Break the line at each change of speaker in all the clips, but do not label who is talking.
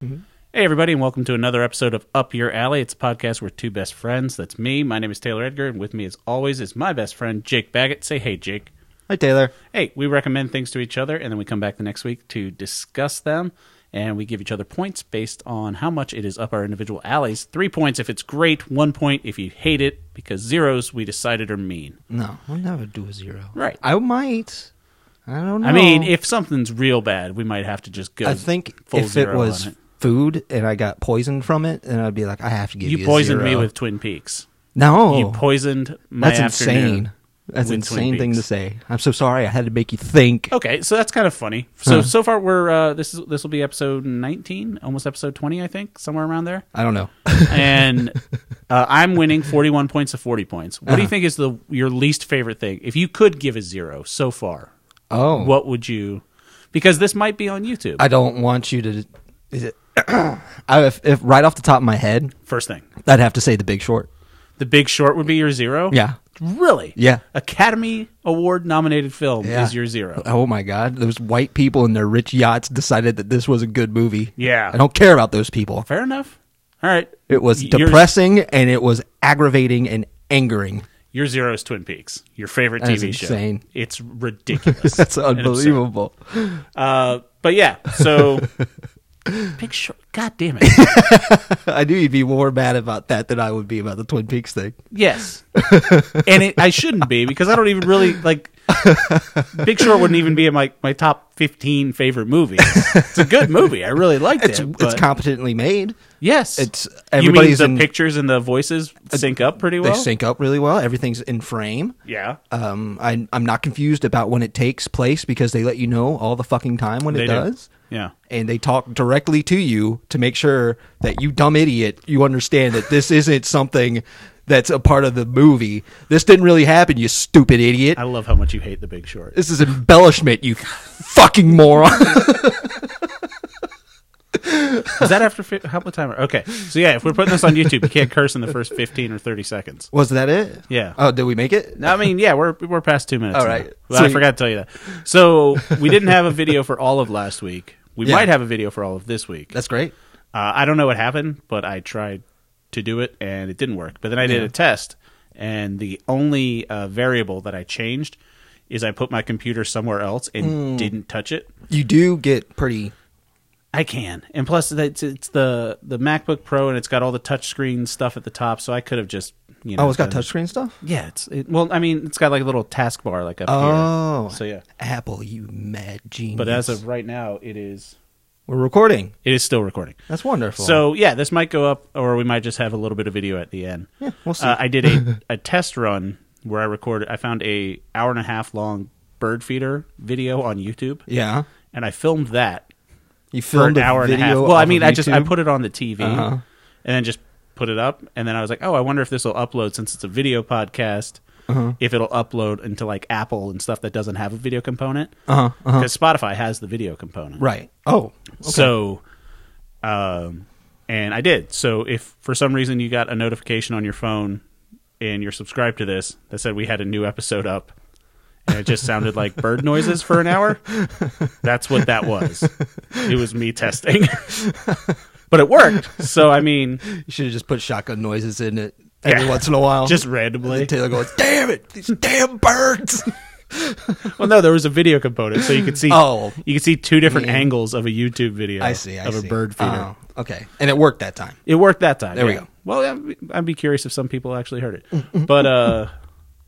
Hey, everybody, and welcome to another episode of Up Your Alley. It's a podcast where two best friends, that's me. My name is Taylor Edgar, and with me, as always, is my best friend, Jake Baggett. Say hey, Jake.
Hi, Taylor.
Hey, we recommend things to each other, and then we come back the next week to discuss them, and we give each other points based on how much it is up our individual alleys. Three points if it's great, one point if you hate it, because zeros we decided are mean.
No, I'll never do a zero.
Right.
I might. I don't know.
I mean, if something's real bad, we might have to just go.
Oh, I think
full
if it
zero
was
on it.
food and I got poisoned from it, then I'd be like, I have to give you.
you
a
poisoned me
zero.
with Twin Peaks.
no.
You poisoned my
that's
afternoon.
insane. That's
with Twin
insane thing to
Peaks.
say. I'm so sorry. I had to make you think.
Okay, so that's kind of funny. So
Huh.
so far we're uh, this is this will be episode 19, almost episode 20, I think, somewhere around there.
I don't know.
and uh, I'm winning 41 points to 40 points. What
Uh-huh.
do you think is the your least favorite thing? If you could give a zero so far,
Oh,
what would you? Because this might be on YouTube.
I don't want you to. Is it? I, if, if right off the top of my head,
First thing,
I'd have to say The Big Short.
The Big Short would be your zero.
Yeah.
really.
Yeah.
Academy Award nominated film
Yeah.
is your zero.
Oh my God! Those white people in their rich yachts decided that this was a good movie.
Yeah.
I don't care about those people.
Fair enough. All right.
It was
Y- yours-
depressing and it was aggravating and angering.
Your zero is Twin Peaks, your favorite
That is
TV
insane.
show. It's ridiculous.
That's
and absurd.
unbelievable.
Uh, but yeah, so Big Short. God damn it.
I knew you'd be more mad about that than I would be about the Twin Peaks thing.
Yes, and it, I shouldn't be because I don't even really like. Big Short wouldn't even be in my, my top fifteen favorite movies. It's a good movie. I really liked
It's,
it.
it's
but-
competently made.
yes,
it's-
you mean
everybody's
the
in- Uh,
pictures and the voices sync up pretty
They
well.
sync up really well. Everything's in frame.
Yeah,
Um, I, I'm not confused about when it takes place because they let you know all the fucking time when
They
it
do.
does.
Yeah.
And they talk directly to you to make sure that you dumb idiot, you understand that this isn't something that's a part of the movie. This didn't really happen, you stupid idiot.
I love how much you hate The Big Short.
This is embellishment, you fucking moron.
Is that after fi- how much time? Okay, so yeah, if we're putting this on YouTube, you can't curse in the first fifteen or thirty seconds.
Was that it?
Yeah.
Oh, did we make it?
I mean, yeah, we're we're past two minutes.
All
now.
right.
Well, I
So-
forgot to tell you that. So we didn't have a video for all of last week. We
Yeah.
might have a video for all of this week. Uh,
That's great.
I don't know what happened, but I tried to do it and it didn't work. But then I did a test, and the only uh, variable that I changed is I put my computer somewhere else and
Hmm.
didn't touch it.
You do get pretty.
I can, and plus it's, it's the the MacBook Pro and it's got all the touchscreen stuff at the top, so I could have just you know.
Oh, it's got
done-
touchscreen stuff.
Yeah, it's it, well, I mean, it's got like a little taskbar like up
Oh,
here. So yeah.
Apple, you mad genius.
But as of right now, it is
we're recording.
it is still recording.
That's wonderful.
So yeah, this might go up, or we might just have a little bit of video at the end.
Yeah, we'll see.
Uh, I did a, a test run where I recorded. I found a hour and a half long bird feeder video on YouTube,
yeah,
and I filmed that
you
for
filmed
an hour and a
video
half. Well, I
off
mean,
of
I just I
YouTube?
put it on the TV
Uh-huh.
and then just put it up, and then I was like, oh, I wonder if this will upload since it's a video podcast.
Uh-huh.
If it'll upload into like Apple and stuff that doesn't have a video component,
Uh-huh, uh-huh.
because Spotify has the video component,
right. Oh, okay.
So, um, and I did. So if for some reason you got a notification on your phone and you're subscribed to this that said we had a new episode up and it just sounded like bird noises for an hour, that's what that was. It was me testing. but it worked. So, I mean,
you should have just put shotgun noises in it every
Yeah.
once in a while.
just
And
randomly.
then Taylor goes, "Damn Oh. it, these damn birds."
Well, no, there was a video component. So you could see,
Oh.
you could see two different
Yeah.
angles of a YouTube video
I see. I
of
see.
a bird feeder.
Oh, okay, and it worked that time.
It worked that time.
There we
yeah.
go.
Well, I'd- I'd be curious if some people actually heard it. But uh,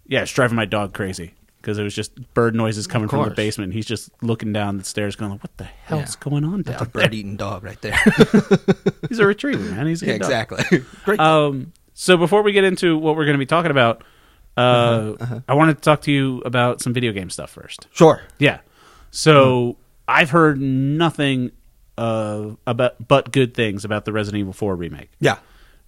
yeah, it's driving my dog crazy because it was just bird noises coming from the
course.
basement. He's just looking down the stairs, going, like, "What the hell's
Yeah.
going on
That's a
down there?"
bird-eating dog right there.
He's a retriever, man. He's a good
yeah,
dog.
exactly. Great.
Um, so before we get into what we're going to be talking about, uh,
Uh-huh,
I wanted to talk to you about some video game stuff first.
sure.
Yeah. So I've heard nothing uh, about but good things about the Resident Evil 4 remake.
Yeah.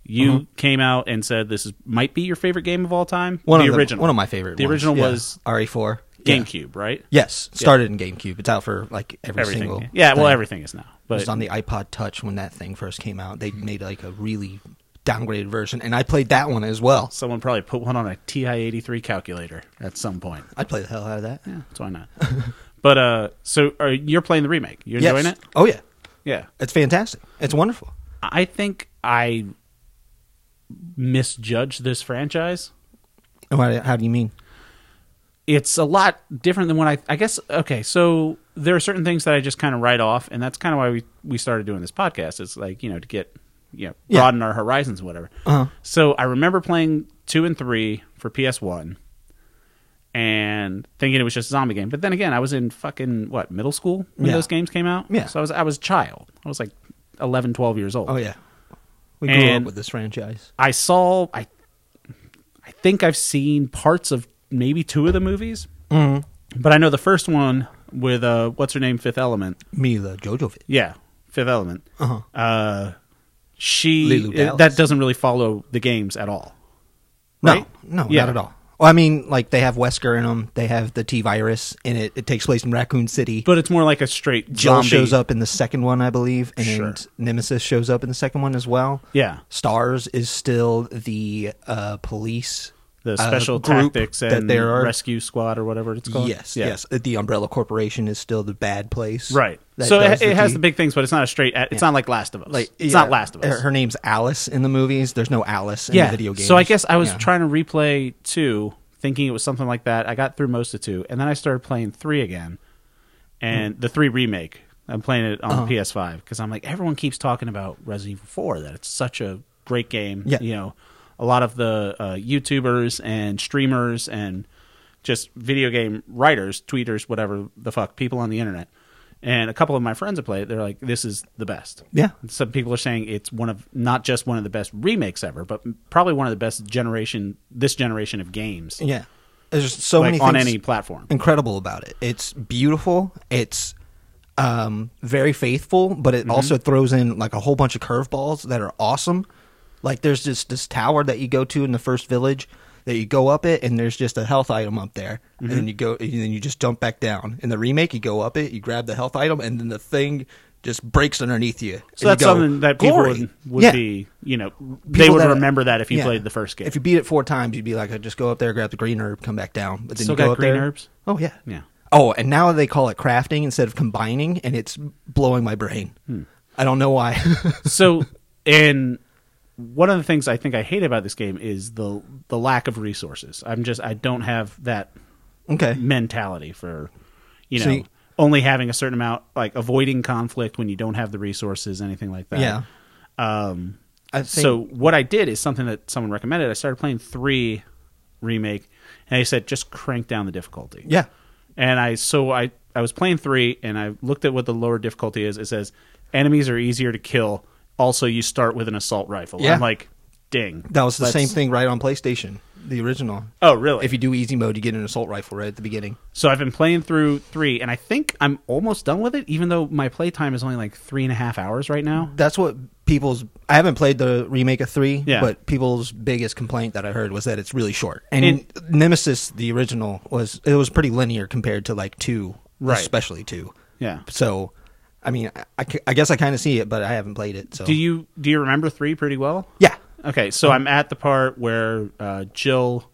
You
Uh-huh.
came out and said this is, might be your favorite game of all time.
One
the
of the-
original,
one of my favorite.
The
ones.
original
Yeah.
was
RE4. Yeah.
GameCube, right?
Yes, started in GameCube. It's out for like every
everything.
single.
yeah, well,
thing.
everything is now.
It
But
was on the iPod Touch when that thing first came out.
Mm-hmm.
They made like a really downgraded version, and I played that one as well.
someone probably put one on a TI eighty three calculator at some point.
I'd play the hell out of that.
Yeah, so why not? but uh, so are, you're playing the remake. You enjoying
Yes.
it?
Oh yeah.
Yeah.
It's fantastic. It's wonderful.
I think I misjudged this franchise.
How, how do you mean?
It's a lot different than what I I guess okay, so there are certain things that I just kind of write off and that's kind of why we we started doing this podcast. It's like, you know, to get you know,
Yeah.
broaden our horizons and whatever.
Uh-huh.
So I remember playing 2 and 3 for PS1 and thinking it was just a zombie game. But then again, I was in fucking what, middle school when
Yeah.
those games came out?
Yeah.
So I was I was a child. I was like 11, 12 years old.
Oh yeah. We grew
And-
up with this franchise.
I saw I I think I've seen parts of maybe two of the movies,
Mm.
but I know the first one with uh what's her name Fifth Element.
Mila Jojovic.
Yeah, Fifth Element.
Uh-huh.
Uh she
Lulu
it-
Dallas.
that doesn't really follow the games at all. Right?
No, no,
Yeah.
not at all. Well, I mean, like they have Wesker in them. They have the T virus in it. It takes place in Raccoon City.
But it's more like a straight
Jill
zombie.
shows up in the second one, I believe, and
Sure.
Nemesis shows up in the second one as well.
Yeah.
Stars is still the uh, police,
The
uh,
special
group
tactics
that
and
there are.
rescue squad or whatever it's called.
yes,
Yeah.
yes. The Umbrella Corporation is still the bad place,
Right.
that
so
does
it, it has
T-
the big things, but it's not a straight. It's not like Last of Us.
like,
it's
yeah,
not Last of Us.
Her, her name's Alice in the movies. There's no Alice in the video games.
So I guess I was
Yeah.
trying to replay two, thinking it was something like that. I got through most of two, and then I started playing three again, and
Hmm.
the three remake. I'm playing it on
Uh-huh.
PS5 because I'm like everyone keeps talking about Resident Evil 4 that it's such a great game.
Yeah.
you know, a lot of the uh, YouTubers and streamers and just video game writers, tweeters, whatever the fuck, people on the internet. And a couple of my friends have played it. They're like, "This is the best."
Yeah.
some people are saying it's one of not just one of the best remakes ever, but probably one of the best generation this generation of games
Yeah, there's just so
like
many
on
things
any platform.
incredible about it. It's beautiful. It's um, very faithful, but
Mm-hmm.
it also throws in like a whole bunch of curveballs that are awesome. Like there's just this tower that you go to in the first village that you go up it, and there's just a health item up there, and
Mm-hmm.
then you go and then you just jump back down. In the remake, you go up it, you grab the health item, and then the thing just breaks underneath you.
So
And
that's
you go,
something that people
"Glory!"
would, would
Yeah.
be, you know, they
People
would
that-
remember that if you
yeah.
played the first game.
If you beat it four times, you'd be like, I just go up there, grab the green herb, come back down. But then
Still
you go
got
up
green
there-
herbs?
Oh yeah,
Yeah.
Oh, and now they call it crafting instead of combining, and it's blowing my brain.
Hmm.
I don't know why.
so, and one of the things I think I hate about this game is the the lack of resources. I'm just I don't have that
okay.
mentality for you know
So you-
only having a certain amount like avoiding conflict when you don't have the resources anything like that
Yeah.
um
I think-
so what i did is something that someone recommended i started playing three remake and they said just crank down the difficulty
Yeah.
and i so i i was playing three and i looked at what the lower difficulty is it says enemies are easier to kill also you start with an assault rifle
Yeah.
i'm like ding
That was the
let's-
same thing right on PlayStation, the original.
oh really
If you do easy mode, you get an assault rifle right at the beginning.
So I've been playing through three, and I think I'm almost done with it, even though my playtime is only like three and a half hours right now.
That's what people's. I haven't played the remake of three,
Yeah.
but people's biggest complaint that I heard was that it's really short. And,
And-
Nemesis, the original, was it was pretty linear compared to like two,
Right.
Especially two.
Yeah.
So, I mean, I, I c- I guess I kind of see it, but I haven't played it. So
Do you do you remember three pretty well?
Yeah.
Okay, so I'm at the part where uh, Jill,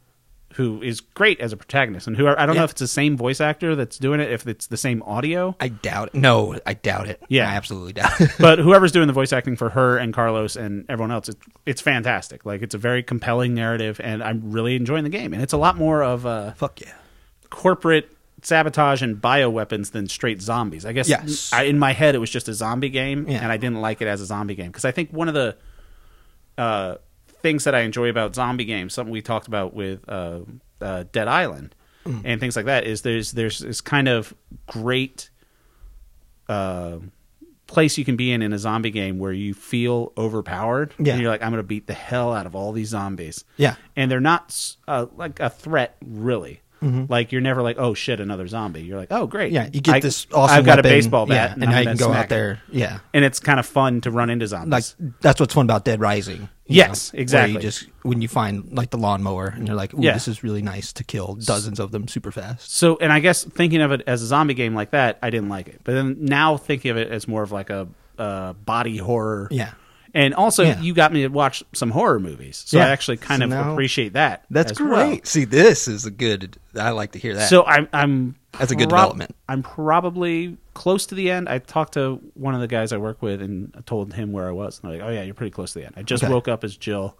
who is great as a protagonist, and who I don't know
Yeah.
if it's the same voice actor that's doing it, if it's the same audio,
I doubt it. No, I doubt it.
Yeah.
I absolutely doubt it.
but whoever's doing the voice acting for her and Carlos and everyone else, it, it's fantastic. Like it's a very compelling narrative, and I'm really enjoying the game. And it's a lot more of a
Fuck yeah.
corporate sabotage and bioweapons than straight zombies. I guess
Yes.
I, in my head it was just a zombie game
Yeah.
and I didn't like it as a zombie game because I think one of the uh, things that I enjoy about zombie games, something we talked about with uh, uh, Dead Island
Mm.
and things like that is there's there's this kind of great uh, place you can be in in a zombie game where you feel overpowered
Yeah.
and you're like I'm going to beat the hell out of all these zombies
Yeah.
and they're not uh, like a threat really. Like you're never like, oh shit, another zombie. You're like, oh great,
Mm-hmm. Yeah, you get
I-
this awesome.
I've got
weapon,
a baseball bat,
yeah, and, now
I'm
you
gonna
can go
smack
out there. Yeah,
it. and it's kind of fun to run into zombies.
like that's what's fun about Dead Rising. you
Yes,
know, where
exactly.
you just when you find like the lawnmower, and you're like, "Ooh,
Yeah.
this is really nice to kill dozens of them super fast."
so, and I guess thinking of it as a zombie game like that, I didn't like it. But then now thinking of it as more of like a uh, body horror.
Yeah.
And also,
Yeah.
you got me to watch some horror movies, so I
Yeah.
actually kind
So
of
now-
appreciate that.
That's
as
great.
well.
See, this is a good. I like to hear that.
So I'm I'm
That's a good development.
I'm probably close to the end. I talked to one of the guys I work with and I told him where I was. And they're like, "Oh yeah, you're pretty close to the end." I just
Okay.
woke up as Jill.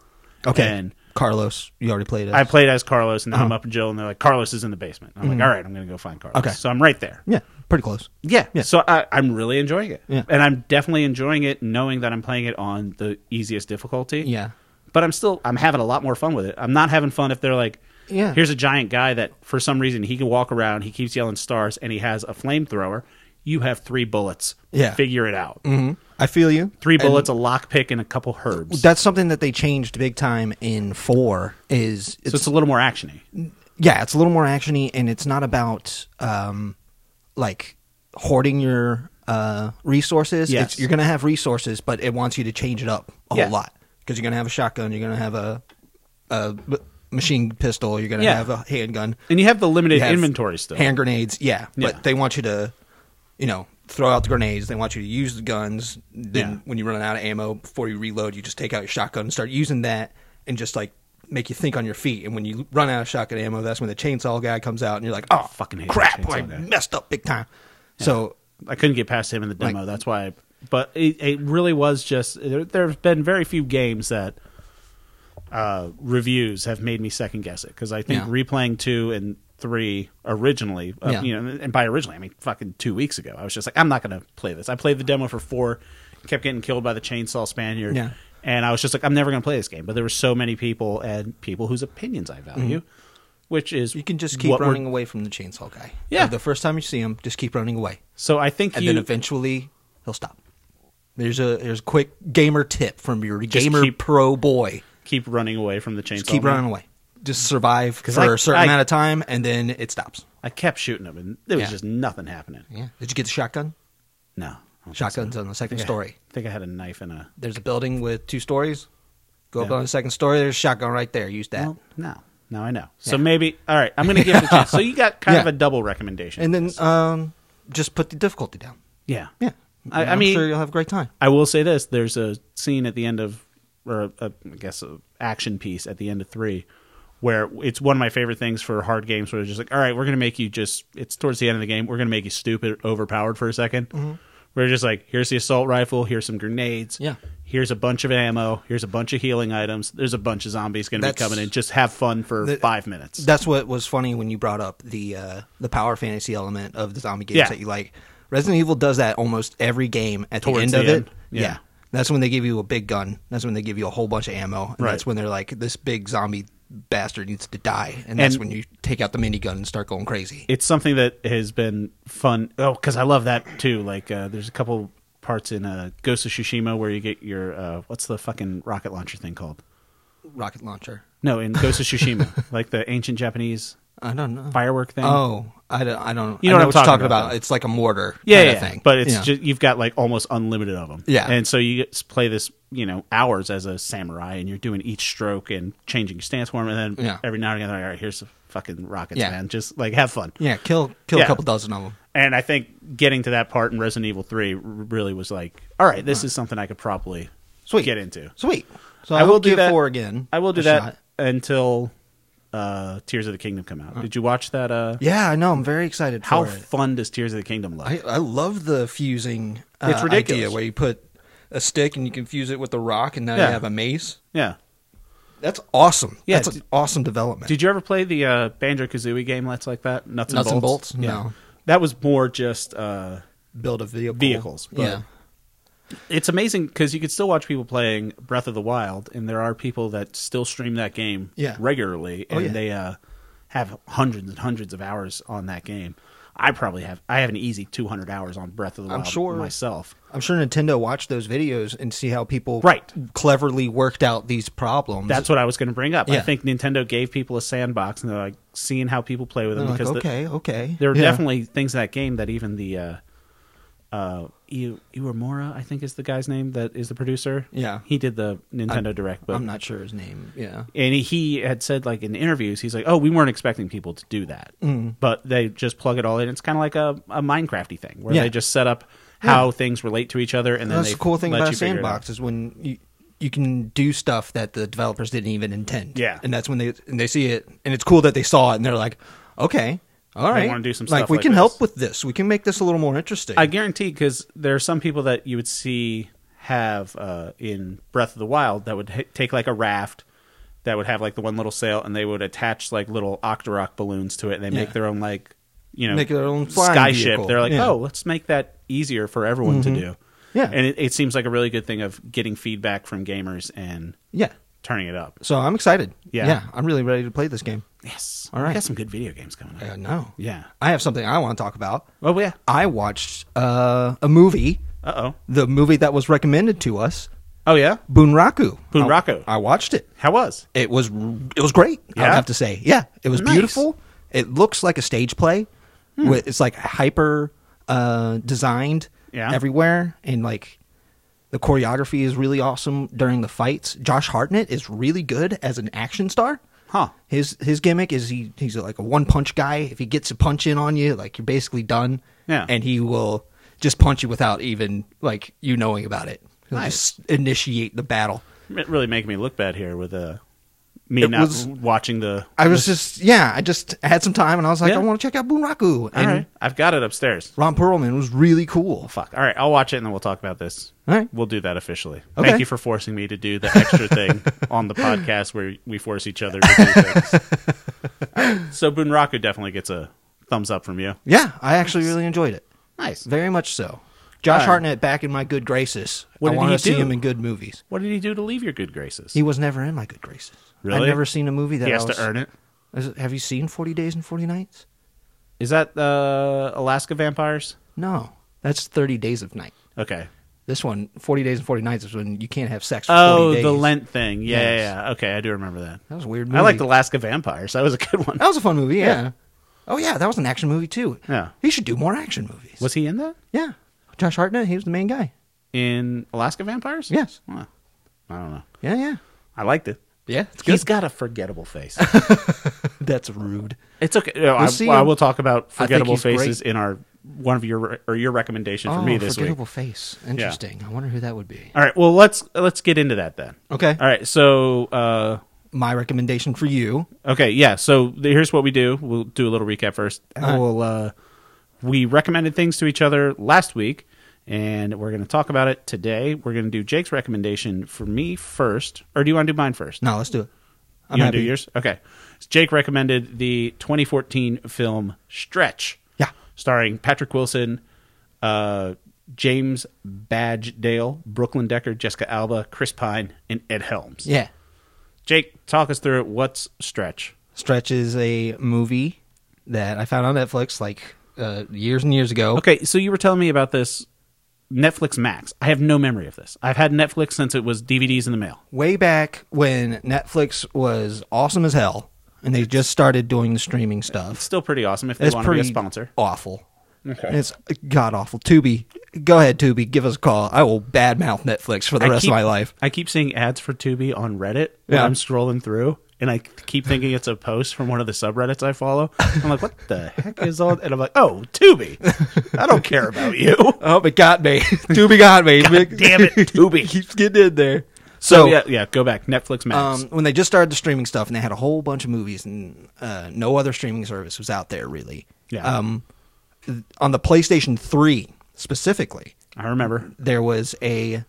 okay,
And
Carlos, you already played it.
I played as Carlos, and now I'm up with Jill, and they're like, "Carlos is in the basement." I'm like, "All right, I'm going to go find Carlos."
Mm-hmm. Okay.
So I'm right there.
yeah, pretty close.
Yeah. So I, I'm really enjoying it.
Yeah.
And I'm definitely enjoying it knowing that I'm playing it on the easiest difficulty.
Yeah.
But I'm still I'm having a lot more fun with it. I'm not having fun if they're like
Yeah.
here's a giant guy that for some reason he can walk around, he keeps yelling stars and he has a flamethrower. You have three bullets.
Yeah.
Figure it out.
hmm I feel you.
Three bullets, a lockpick, and a couple herbs.
That's something that they changed big time in four. Is
so it's a little more actiony.
yeah, it's a little more actiony, and it's not about um, like hoarding your uh, resources.
Yes.
It's, you're going to have resources, but it wants you to change it up a
Yeah.
whole lot because you're going to have a shotgun, you're going to have a, a b- machine pistol, you're going to
Yeah.
have a handgun,
And you have the limited
You have
inventory still.
hand grenades. Yeah,
Yeah.
but they want you to, you know, throw out the grenades. They want you to use the guns. Then
Yeah.
when you run out of ammo before you reload, you just take out your shotgun and start using that, and just like make you think on your feet. And when you run out of shotgun ammo, that's when the chainsaw guy comes out, and you're like, oh
fucking hate the
crap,
chainsaw
I
guy."
messed up big time. So
I couldn't get past him in the
Like-
demo. that's why. I, but it, it really was just there, there have been very few games that uh, reviews have made me second guess it because I think
Yeah.
replaying two and three originally, uh,
Yeah.
you know, and by originally I mean fucking two weeks ago, I was just like, I'm not going to play this. I played the demo for four, kept getting killed by the chainsaw Spaniard,
Yeah.
and I was just like, I'm never going to play this game. But there were so many people and people whose opinions I value. Which is
Mm-hmm. you can just keep
what we're-
running away from the chainsaw guy. Uh,
Yeah.
the first time you see him, just keep running away.
So I think
and
you
then eventually he'll stop. There's a there's a quick gamer tip from your
Just
gamer
keep-
pro boy.
keep running away from the chainsaw.
Just keep
man.
running away. Just survive for
I-
a certain
I-
amount of time, and then it stops.
I kept shooting him, and there was
Yeah.
just nothing happening.
Yeah. Did you get the shotgun?
No I don't think
Shotgun's on the second
Yeah.
story.
so. I think I had a knife and a.
There's a building with two stories. Go up
Yeah.
on the second story. There's a shotgun right there. Use that.
Well, no, now I know. So
Yeah.
maybe all right. I'm going to give it a chance. So you got kind of
Yeah.
a double recommendation,
and then um, just put the difficulty down.
yeah,
Yeah.
I- I
I'm
mean-
sure you'll have a great time.
I will say this: there's a scene at the end of, or a- I guess, a action piece at the end of three, where it's one of my favorite things for hard games, where it's just like, all right, we're going to make you just. It's towards the end of the game. We're going to make you stupid, overpowered for a 2nd
Mm-hmm.
We're just like, here's the assault rifle. Here's some grenades.
Yeah.
Here's a bunch of ammo. Here's a bunch of healing items. There's a bunch of zombies going to be
That's-
coming in. Just have fun for
The-
five minutes.
That's what was funny when you brought up the uh, the power fantasy element of the zombie games
Yeah.
that you like. Resident Evil does that almost every game at
Towards
the end
the
of
end.
it.
Yeah.
Yeah. That's when they give you a big gun. That's when they give you a whole bunch of ammo. And
Right.
that's when they're like, this big zombie bastard needs to die. And, that's
And-
when you take out the minigun and start going crazy.
it's something that has been fun. Oh, because I love that too. Like, uh, there's a couple parts in uh, Ghost of Tsushima where you get your uh, what's the fucking rocket launcher thing called?
Rocket launcher.
No, in Ghost of Tsushima, like the ancient Japanese
I don't know.
firework thing.
Oh, I don't, I don't
You know what I'm
I know what you're
talking
talking
about,
about.
though.
It's like a mortar
yeah,
kind
yeah,
of thing.
But it's
Yeah.
just you've got like almost unlimited of them.
Yeah.
and so you get to play this, you know, hours as a samurai, and you're doing each stroke and changing your stance form, and then
Yeah.
every now and again, like, all right, here's the fucking rockets,
Yeah.
man. Just like have fun.
Yeah, kill, kill
Yeah.
a couple dozen of them.
And I think getting to that part in Resident Evil 3 r- really was like, all right, this is something I could probably
Sweet.
get into.
Sweet. So
I
I,
will
will
do
give
that-
four again.
I will do
a
that
shot.
until uh, Tears of the Kingdom come out. Did you watch that? Uh,
Yeah, I know. I'm very excited.
How
for it.
fun does Tears of the Kingdom look?
I, I love the fusing. Uh,
It's ridiculous.
idea where you put a stick and you can fuse it with a rock, and now
Yeah.
you have a maze.
yeah.
That's awesome.
Yeah,
that's
did-
an awesome development.
Did you ever play the uh, Banjo Kazooie game that's like that? Nuts and
Nuts and
bolts?
Bolts? No.
That was more just. Uh,
build a vehicle?
Vehicles, but-
yeah,
it's amazing because you could still watch people playing Breath of the Wild, and there are people that still stream that game
Yeah.
regularly,
Oh,
and
yeah.
they uh, have hundreds and hundreds of hours on that game. I probably have I have an easy two hundred hours on Breath of the
I'm
Wild
sure.
myself.
I'm sure Nintendo watched those videos and see how people
Right.
cleverly worked out these problems.
That's what I was going to bring up. I
Yeah.
think Nintendo gave people a sandbox, and they're like seeing how people play with them
They're like,
because the-
okay, okay.
there are
Yeah.
definitely things in that game that even the uh, uh, I- Iwamura, I think is the guy's name that is the producer.
Yeah.
he did the Nintendo Direct, but
I'm not sure his name. Yeah,
and he had said like in interviews he's like oh we weren't expecting people
Mm.
to do that but they just plug it all in it's kind of like a, a minecrafty thing where
Yeah.
they just set up how things relate to each other, and then
that's
they
the cool thing
let
about
you figure it out.
sandbox is when you you can do stuff that the developers didn't even intend.
Yeah.
and that's when they and they see it, and it's cool that they saw it, and they're like, okay, all right,
wanna do some
like
stuff
we
like
can
this.
help with this, we can make this a little more interesting.
I guarantee because there are some people that you would see have uh, in Breath of the Wild that would h- take like a raft that would have like the one little sail and they would attach like little Octorok balloons to it and they
Yeah.
make their own like you know
Make their own flying
sky
vehicle.
ship. They're like,
Yeah. Mm-hmm.
oh, let's make that easier for everyone to do.
Yeah.
and it, it seems like a really good thing of getting feedback from gamers and
yeah,
turning it up.
so I'm excited.
Yeah.
yeah, I'm really ready to play this game.
Yes,
All
We
right.
got some good video games coming up.
Uh, no,
yeah.
I have something I want to talk about.
Oh yeah.
I watched uh, a movie,
Uh oh.
the movie that was recommended to us,
Oh yeah.
Boonraku.
Boonraku.
I, I watched it.
How was?
It was it was great. I would
Yeah?
have to say, yeah, it was
Nice. Hmm.
beautiful. It looks like a stage play. With, it's like hyper uh, designed
Yeah.
everywhere, and like the choreography is really awesome during the fights. Josh Hartnett is really good as an action star.
Huh.
His his gimmick is he he's like a one punch guy. If he gets a punch in on you, like you're basically done.
Yeah.
and he will just punch you without even like you knowing about it. He'll
Nice.
just initiate the battle.
It really making me look bad here with uh, me
It
not
was-
watching the.
I was just yeah, I just had some time and I was like,
Yeah.
I want to check out Bunraku.
All
And
right, I've got it upstairs.
Ron Perlman was really cool.
Fuck. All right, I'll watch it and then we'll talk about this.
All right.
we'll do that officially.
Okay.
Thank you for forcing me to do the extra thing on the podcast where we force each other to do things. All right, so Bunraku definitely gets a thumbs up from you.
Yeah, I actually really enjoyed it.
Nice.
Very much so. Josh
All right.
Hartnett back in my good graces.
What
I
did
want
he
to see
do?
him in good movies.
What did he do to leave your good graces?
He was never in my good graces.
Really?
I've never seen a movie that
He has
I
to
was,
earn it.
Is it- Have you seen Forty Days and Forty Nights?
Is that uh, Alaska Vampires?
No, that's Thirty Days of Night.
Okay.
This one, Forty Days and Forty Nights, is when you can't have sex. For 40
Oh,
days.
the Lent thing. Yeah,
Yes.
yeah, yeah. Okay, I do remember that.
That was a weird. Movie.
I liked Alaska Vampires. That was a good one.
That was a fun movie. Yeah. Oh yeah, that was an action movie too.
Yeah.
He should do more action movies.
Was he in that?
Yeah. Josh Hartnett, he was the main guy.
in Alaska Vampires?
Yes.
Huh. I don't know.
Yeah, yeah.
I liked it.
Yeah, it's
He's got a forgettable face.
That's rude.
it's okay. No, I,
see
well, I
him.
will talk about
think
forgettable
he's great.
faces in our one of your re- or your recommendation
oh,
for me this week.
forgettable face. Interesting. I wonder who that would be.
All right. Well, let's let's get into that then.
Okay.
All right. So, uh,
My recommendation for you.
okay, yeah. So the- here's what we do. We'll do a little recap first.
right.
We'll uh, we recommended things to each other last week, and we're going to talk about it today. We're going to do Jake's recommendation for me first, or do you want to do mine first?
No, let's do it. I'm
you want
happy.
to do yours? Okay. Jake recommended the 2014 film Stretch.
Yeah.
Starring Patrick Wilson, uh, James Badge Dale, Brooklyn Decker, Jessica Alba, Chris Pine, and Ed Helms.
Yeah.
Jake, talk us through it. What's Stretch?
Stretch is a movie that I found on Netflix like uh, years and years ago.
Okay, so you were telling me about this Netflix Max. I have no memory of this. I've had Netflix since it was DVDs in the mail.
Way back when Netflix was awesome as hell and they just started doing the streaming stuff.
Still pretty awesome if they
It's
want
pretty
to be a sponsor.
awful. It's god awful. Tubi, go ahead, Tubi, give us a call. I will badmouth Netflix for the rest
keep-
of my life.
I keep seeing ads for Tubi on Reddit when
Yeah.
I'm scrolling through, and I keep thinking it's a post from one of the subreddits I follow. I'm like, what the heck is on? And I'm like, oh, Tubi. I don't care about you.
Oh, it got me. Tubi got me.
Damn it, Tubi.
keeps getting in there.
So
So,
yeah, yeah, go back. Netflix Max.
um, when they just started the streaming stuff, and they had a whole bunch of movies, and uh, no other streaming service was out there really.
Yeah.
Um, th- on the PlayStation Three specifically,
I remember.
there was a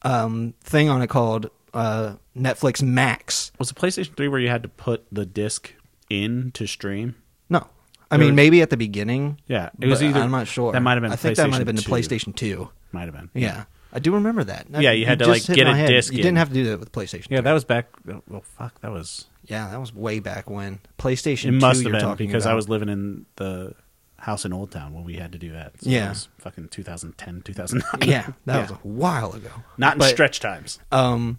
um, thing on it called uh, Netflix Max.
Was the PlayStation 3 where you had to put the disc in to stream?
No. I mean, maybe at the beginning.
Yeah, it was
but
either-
I'm not sure.
that might have been
I think that might have
PlayStation
been the
2.
PlayStation Two.
Might have been.
Yeah, I do remember that.
Yeah, you had to,
just
like,
hit
get
my
a
head.
disc
You
in.
didn't have to do that with PlayStation.
Yeah,
Yeah,
that was back. Well, fuck, that was.
yeah, that was way back when PlayStation.
It must have
2 you're
been
talking
because I
about.
was living in the house in Old Town when we had to do that. So
Yeah.
It was fucking 2010, 2009.
Yeah, that
Yeah.
was a while ago.
Not in
But,
stretch times.
Um,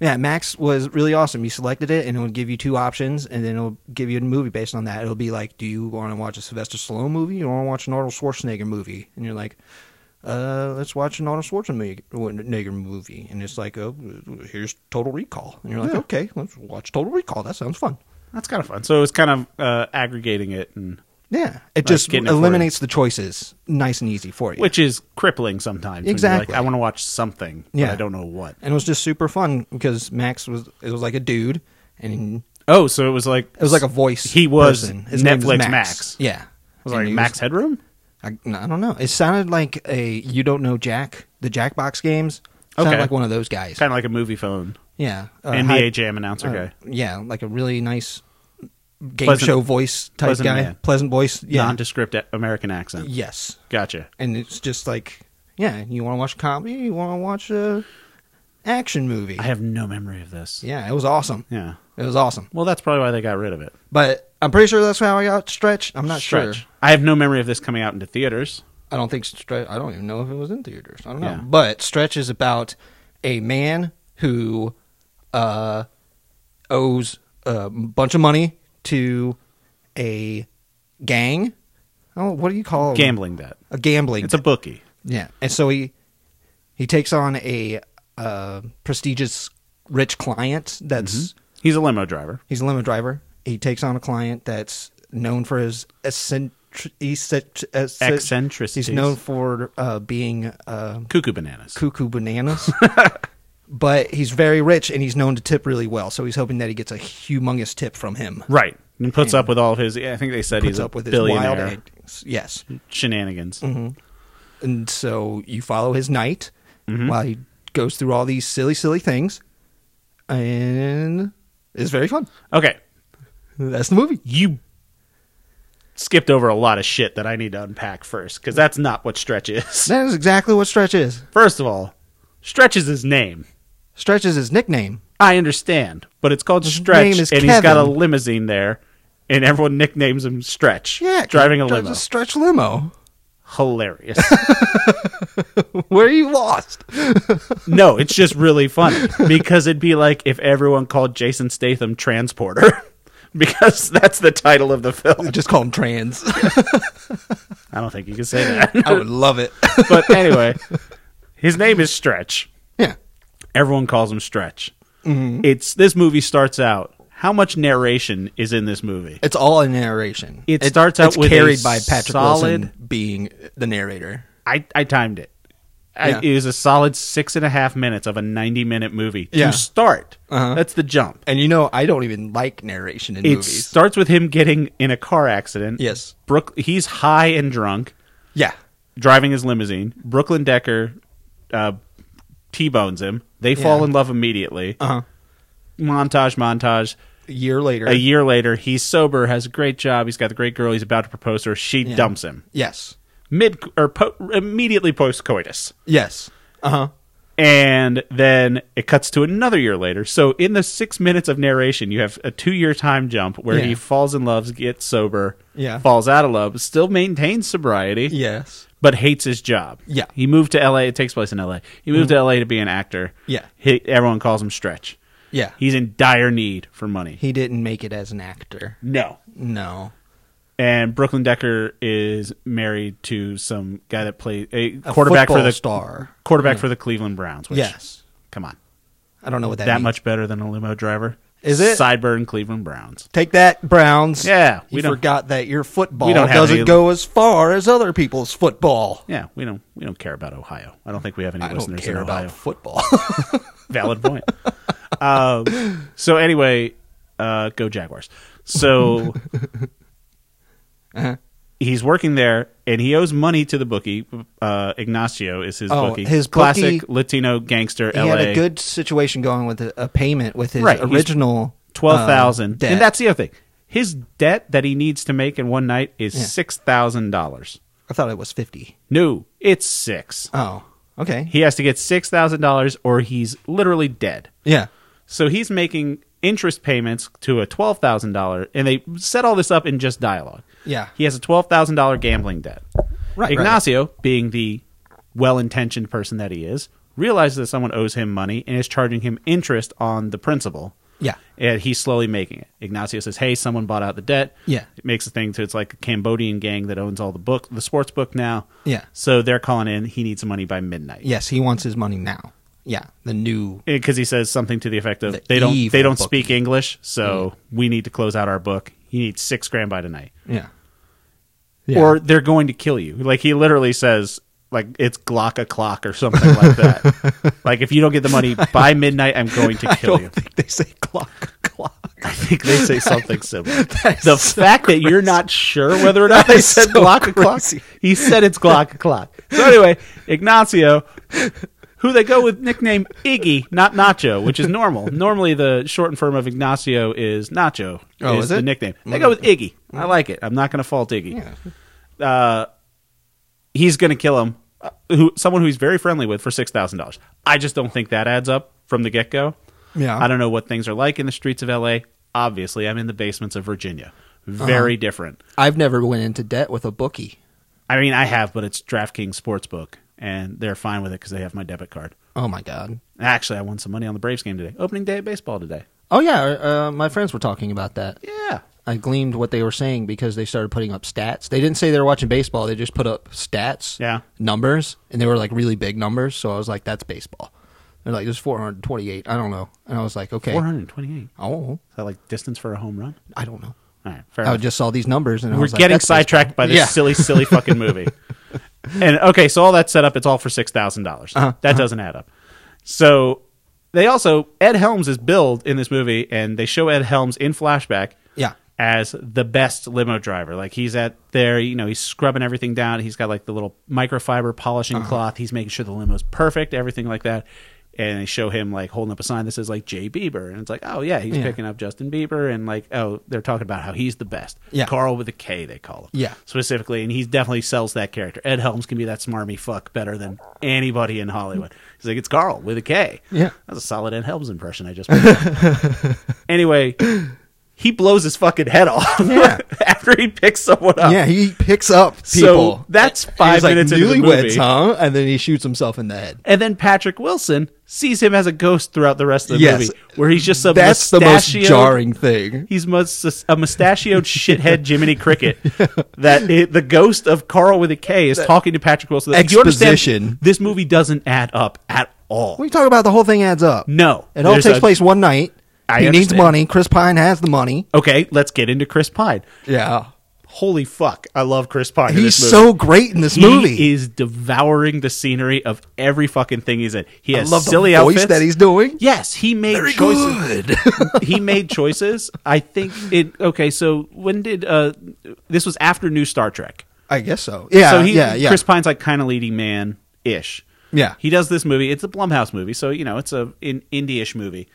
yeah, Max was really awesome. You selected it, and it would give you two options, and then it'll give you a movie based on that. It'll be like, do you want to watch a Sylvester Stallone movie? Or want to watch an Arnold Schwarzenegger movie? And you're like, uh, let's watch an Arnold Schwarzenegger movie. And it's like, oh, here's Total Recall. And you're like, okay, let's watch Total Recall. That sounds fun.
That's kind of fun. So it was kind of uh, aggregating it and
Yeah, it just
getting it for
eliminates the choices, nice and easy for you.
which is crippling sometimes. when you're
Exactly.
Like, I want to watch something, but
Yeah.
I don't know what.
and it was just super fun because Max was it was like a dude, and
Oh, so it was like
it was like a voice.
He was
person. His name is
Netflix
Max.
Max.
Yeah, And
was like
he
Max Headroom.
I, no, I don't know. It sounded like a you don't know Jack the Jackbox games. Sounded
Okay.
like one of those guys.
Kind of like a movie phone
Yeah, uh,
NBA
high-
Jam announcer
uh,
guy.
Yeah, like a really nice game
Pleasant-
show voice type
pleasant
guy,
man.
pleasant voice. Yeah,
Nondescript a- American accent.
yes,
Gotcha.
and it's just like yeah, you want to watch comedy, you want to watch a action movie.
I have no memory of this.
yeah, it was awesome.
Yeah.
It was awesome.
Well, that's probably why they got rid of it.
But I'm pretty sure that's how I got Stretch. I'm not
Stretch.
sure.
I have no memory of this coming out into theaters.
I don't think Stretch. I don't even know if it was in theaters. I don't know.
Yeah.
But Stretch is about a man who uh, owes a bunch of money to a gang. Oh, what do you call it?
Gambling debt.
A gambling.
It's a bookie.
yeah. And so he he takes on a uh, prestigious rich client that's
Mm-hmm. He's a limo driver.
He's a limo driver. He takes on a client that's known for his eccentric.
Eccentricities.
He's known for uh, being uh,
Cuckoo bananas.
cuckoo bananas. but he's very rich and he's known to tip really well. So he's hoping that he gets a humongous tip from him.
Right. And puts up with all of his. I think they said he's
Puts
a
up with his wild Mm-hmm.
billionaire.
antics. Yes.
shenanigans.
And so you follow his night
Mm-hmm.
while he goes through all these silly, silly things. And it's very fun.
Okay.
That's the movie.
You skipped over a lot of shit that I need to unpack first because that's not what Stretch is.
That is exactly what Stretch is.
First of all, Stretch is his name.
Stretch is his nickname.
I understand, but it's called
His
Stretch,
name is
and he's got a
Kevin.
limousine there, and everyone nicknames him Stretch.
Yeah,
driving a
drives
limo.
stretch limo.
Hilarious.
Where are you lost?
no, it's just really funny because it'd be like if everyone called Jason Statham Transporter, because that's the title of the film.
Just call him trans.
I don't think you can say that.
I would love it.
but anyway, his name is Stretch.
yeah,
Everyone calls him Stretch.
Mm-hmm.
It's this movie starts out. How much narration is in this movie?
it's all in narration.
It starts out
it's
with a
carried by Patrick
solid-
Wilson being the narrator.
I, I timed it. I,
Yeah.
It was a solid six and a half minutes of a ninety-minute movie
Yeah.
to start.
Uh-huh.
That's the jump.
And you know, I don't even like narration in
It
movies.
starts with him getting in a car accident.
Yes.
Brook. He's high and drunk,
Yeah,
driving his limousine. Brooklyn Decker uh, t-bones him. They fall in love immediately.
Uh-huh.
Montage, montage.
a year later.
A year later, he's sober, has a great job. He's got the great girl. He's about to propose to her. She dumps him
yes,
mid or po- immediately post coitus.
yes. Uh huh.
and then it cuts to another year later. So in the six minutes of narration, you have a two-year time jump where
Yeah.
he falls in love, gets sober,
Yeah.
falls out of love, still maintains sobriety,
Yes.
but hates his job.
Yeah. Mm-hmm.
he moved to L.A. It takes place in L.A. He moved to L.A. to be an actor.
Yeah.
he, everyone calls him Stretch.
Yeah. He,
He's in dire need for money.
didn't make it as an actor.
no,
No.
and Brooklyn Decker is married to some guy that played a, quarterback for
football
the
star. Hmm.
quarterback for the Cleveland Browns. Which,
Yes.
come on.
I don't know what that,
that
means.
much better than a limo driver.
Is it?
Sideburn Cleveland Browns.
Take that, Browns.
Yeah,
You
we don't-
forgot that your football
don't have
doesn't
any-
go as far as other people's football.
Yeah, we don't we don't care about Ohio. I don't think we have any
I don't
listeners
care
in Ohio.
about football.
Valid point. um, so anyway, uh, go Jaguars. So
Uh-huh.
he's working there, and he owes money to the bookie. Uh, Ignacio is his
Oh,
bookie.
his
classic
bookie-
Latino gangster.
he
LA.
had a good situation going with a, a payment with his
Right, he's
original
twelve
um,
thousand,
debt.
and that's the other thing. His debt that he needs to make in one night is six thousand dollars.
I thought it was fifty.
No, it's six.
Oh, okay.
He has to get six thousand dollars, or he's literally dead.
yeah,
So he's making interest payments to a twelve thousand dollar, and they set all this up in just dialogue.
Yeah.
he has a twelve thousand dollar gambling debt.
Right, right.
Ignacio, being the well-intentioned person that he is, realizes that someone owes him money and is charging him interest on the principal.
Yeah.
and he's slowly making it. Ignacio says, "Hey, someone bought out the debt."
Yeah.
it makes a thing to it's like a Cambodian gang that owns all the book, the sports book now.
Yeah.
so they're calling in. He needs money by midnight
yes, he wants his money now. Yeah, the new.
because he says something to the effect of
The
they don't
evil
they don't
bookie.
speak English, so we need to close out our book. He needs six grand by tonight.
Yeah,
Yeah.
or they're going to kill you. Like he literally says, like it's Glock a clock or something like that. like if you don't get the money by midnight, I'm going to
I
kill
don't
you.
think they say clock clock.
I think they say something similar.
That is
The
so
fact that you're not sure whether or not
That
they
is
said
so
Glock a clock,
crazy.
he said it's Glock a clock. So anyway, Ignacio, who they go with nickname Iggy, not Nacho, which is normal. Normally, the shortened form of Ignacio is Nacho.
Oh, is
the
it?
nickname? They go with Iggy.
Mm.
I like it. I'm not going to fault Iggy uh, he's going to kill him. uh, Who someone who he's very friendly with for six thousand dollars. I just don't think that adds up from the get go.
Yeah.
I don't know what things are like in the streets of L.A. Obviously, I'm in the basements of Virginia. Very different.
I've never went into debt with a bookie.
I mean, I have, but it's DraftKings Sportsbook, and they're fine with it because they have my debit card.
Oh my god.
Actually, I won some money on the Braves game today. Opening day of baseball today.
Oh yeah, uh, my friends were talking about that.
Yeah.
I gleamed what they were saying because they started putting up stats. They didn't say they were watching baseball. They just put up stats,
Yeah.
numbers, and they were like really big numbers. So I was like, "That's baseball." They're like, "There's 428." I don't know, and I was like, "Okay,
428. Is
oh,
that like distance for a home run?
I don't know."
All right, fair
I
enough.
just saw these numbers, and I
We're
was like,
getting
"That's
sidetracked by this
Yeah.
silly, silly fucking movie. and okay, so all that set up, it's all for six dollars.
Uh-huh,
That doesn't add up. So they also Ed Helms is billed in this movie, and they show Ed Helms in flashback.
Yeah.
As the best limo driver, like he's at there, you know, he's scrubbing everything down. He's got like the little microfiber polishing
Uh-huh.
cloth. He's making sure the limo's perfect, everything like that. And they show him like holding up a sign that says like Jay Bieber, and it's like, oh yeah, he's
Yeah.
picking up Justin Bieber, and like, oh, they're talking about how he's the best.
Yeah.
Carl with a K, they call him.
Yeah.
Specifically, and he definitely sells that character. Ed Helms can be that smarmy fuck better than anybody in Hollywood. He's like, it's Carl with a K.
Yeah.
That's a solid Ed Helms impression I just made. anyway, he blows his fucking head off
Yeah.
after he picks someone up.
Yeah, he picks up people.
So that's five
He's like,
minutes into the
"Newlyweds,
movie.
huh? And then he shoots himself in the head.
And then Patrick Wilson sees him as a ghost throughout the rest of the
Yes.
movie, where he's just some
That's the most
mustachioed-
jarring thing.
He's mus- a mustachioed shithead Jiminy Cricket. That i the ghost of Carl with a K is talking to Patrick Wilson. Like, you understand
Exposition.
This movie doesn't add up at all.
We talk about the whole thing adds up.
No.
it all
There's
takes
a-
place one night.
I
he needs
understand.
money. Chris Pine has the money.
Okay, let's get into Chris Pine.
Yeah,
Holy fuck, I love Chris Pine. in
he's
this movie.
so great in this
he
movie.
is devouring the scenery of every fucking thing he's in. He
I
has
love the
silly
voice
outfits
that he's doing.
Yes, he made
Very
choices.
good.
he made choices. I think it. Okay, so when did uh this was after New Star Trek?
I guess so. Yeah,
so he,
yeah, yeah.
Chris Pine's like kind of leading man ish.
Yeah.
He does this movie. It's a Blumhouse movie, so you know it's a in indie-ish movie,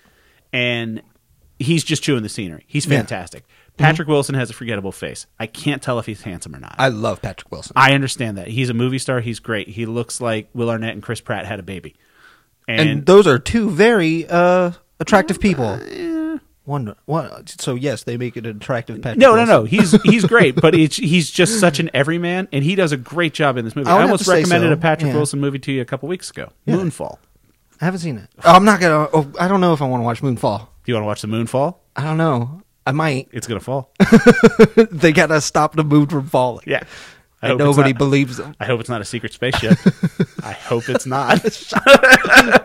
and he's just chewing the scenery. He's
Yeah.
fantastic. Patrick Wilson has a forgettable face. I can't tell if he's handsome or not.
I love Patrick Wilson.
I understand that he's a movie star. He's great. He looks like Will Arnett and Chris Pratt had a baby.
and,
And, Uh,
those are two very uh, attractive people. Wonder what? So yes, they make it an attractive. Patrick
no, no,
Wilson.
no. He's he's great, but he's he's just such an everyman, and he does a great job in this movie.
I
I,
would have
almost
to say
recommended
so,
a Patrick
yeah.
Wilson movie to you a couple weeks ago, Moonfall.
I haven't seen it. Oh, I'm not gonna. Oh, I don't know if I want to watch Moonfall.
Do you want to watch the Moonfall?
I don't know. I might.
It's gonna fall.
they gotta stop the moon from falling.
Yeah. I hope
and
it's
nobody
not-
believes them.
I hope it's not a secret spaceship. I hope it's not.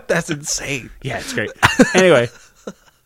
That's insane.
Yeah, it's great. Anyway,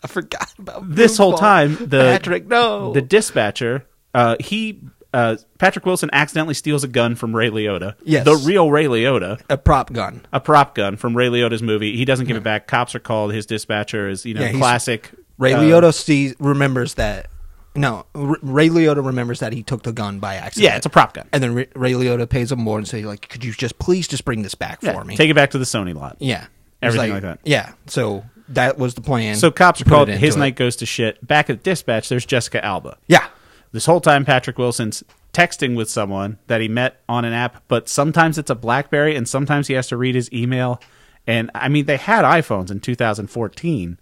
I forgot about
this whole
Moonfall.
time, the
Patrick. No,
the dispatcher, uh, he uh, Patrick Wilson accidentally steals a gun from Ray Liotta.
Yes.
the real Ray Liotta,
a prop gun.
a prop gun from Ray Liotta's movie. He doesn't give it back. Cops are called. His dispatcher is you know
Yeah, he's-
classic.
Ray
uh,
Liotta sees, remembers that. No, R- Ray Liotta remembers that he took the gun by accident.
Yeah, it's a prop gun.
and then Ray, Ray Liotta pays him more and say like, "Could you just please just bring this back
Yeah,
for me?"
Take it back to the Sony lot.
yeah, He's
Everything like that.
Yeah, so that was the plan.
So cops are
Put it
called.
into
His
it.
night goes to shit. Back at dispatch, there's Jessica Alba.
Yeah,
This whole time, Patrick Wilson's texting with someone that he met on an app, but sometimes it's a BlackBerry, and sometimes he has to read his email. And I mean, they had iPhones in 2014.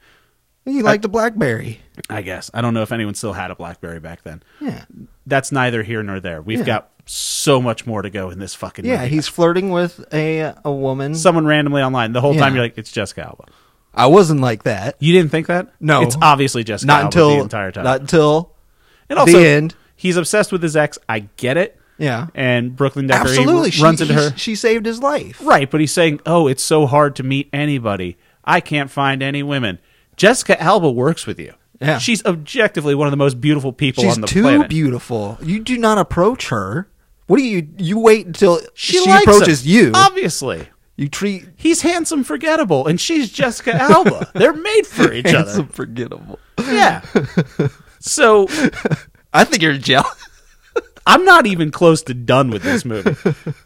he liked the BlackBerry.
I guess I don't know if anyone still had a BlackBerry back then.
Yeah,
That's neither here nor there. We've
Yeah.
got so much more to go in this fucking.
yeah,
movie.
he's flirting with a a woman.
someone randomly online. The whole
Yeah.
time you're like, it's Jessica Alba.
I wasn't like that.
You didn't think that?
No.
it's obviously Jessica
Not
Alba
until
the entire time.
Not until
and also,
the end.
he's obsessed with his ex. I get it.
Yeah.
and Brooklyn Decker he
Absolutely, she,
runs into
he-
her.
She saved his life.
Right, but he's saying, "Oh, it's so hard to meet anybody. I can't find any women." Jessica Alba works with you.
Yeah.
she's objectively one of the most beautiful people
She's
on the
too
planet.
beautiful. You do not approach her. What do you? You wait until she,
likes him,
approaches you.
Obviously.
you treat
He's handsome, forgettable, and she's Jessica Alba. They're made for each
Handsome, forgettable.
other. Yeah. So
I think you're jealous.
I'm not even close to done with this movie.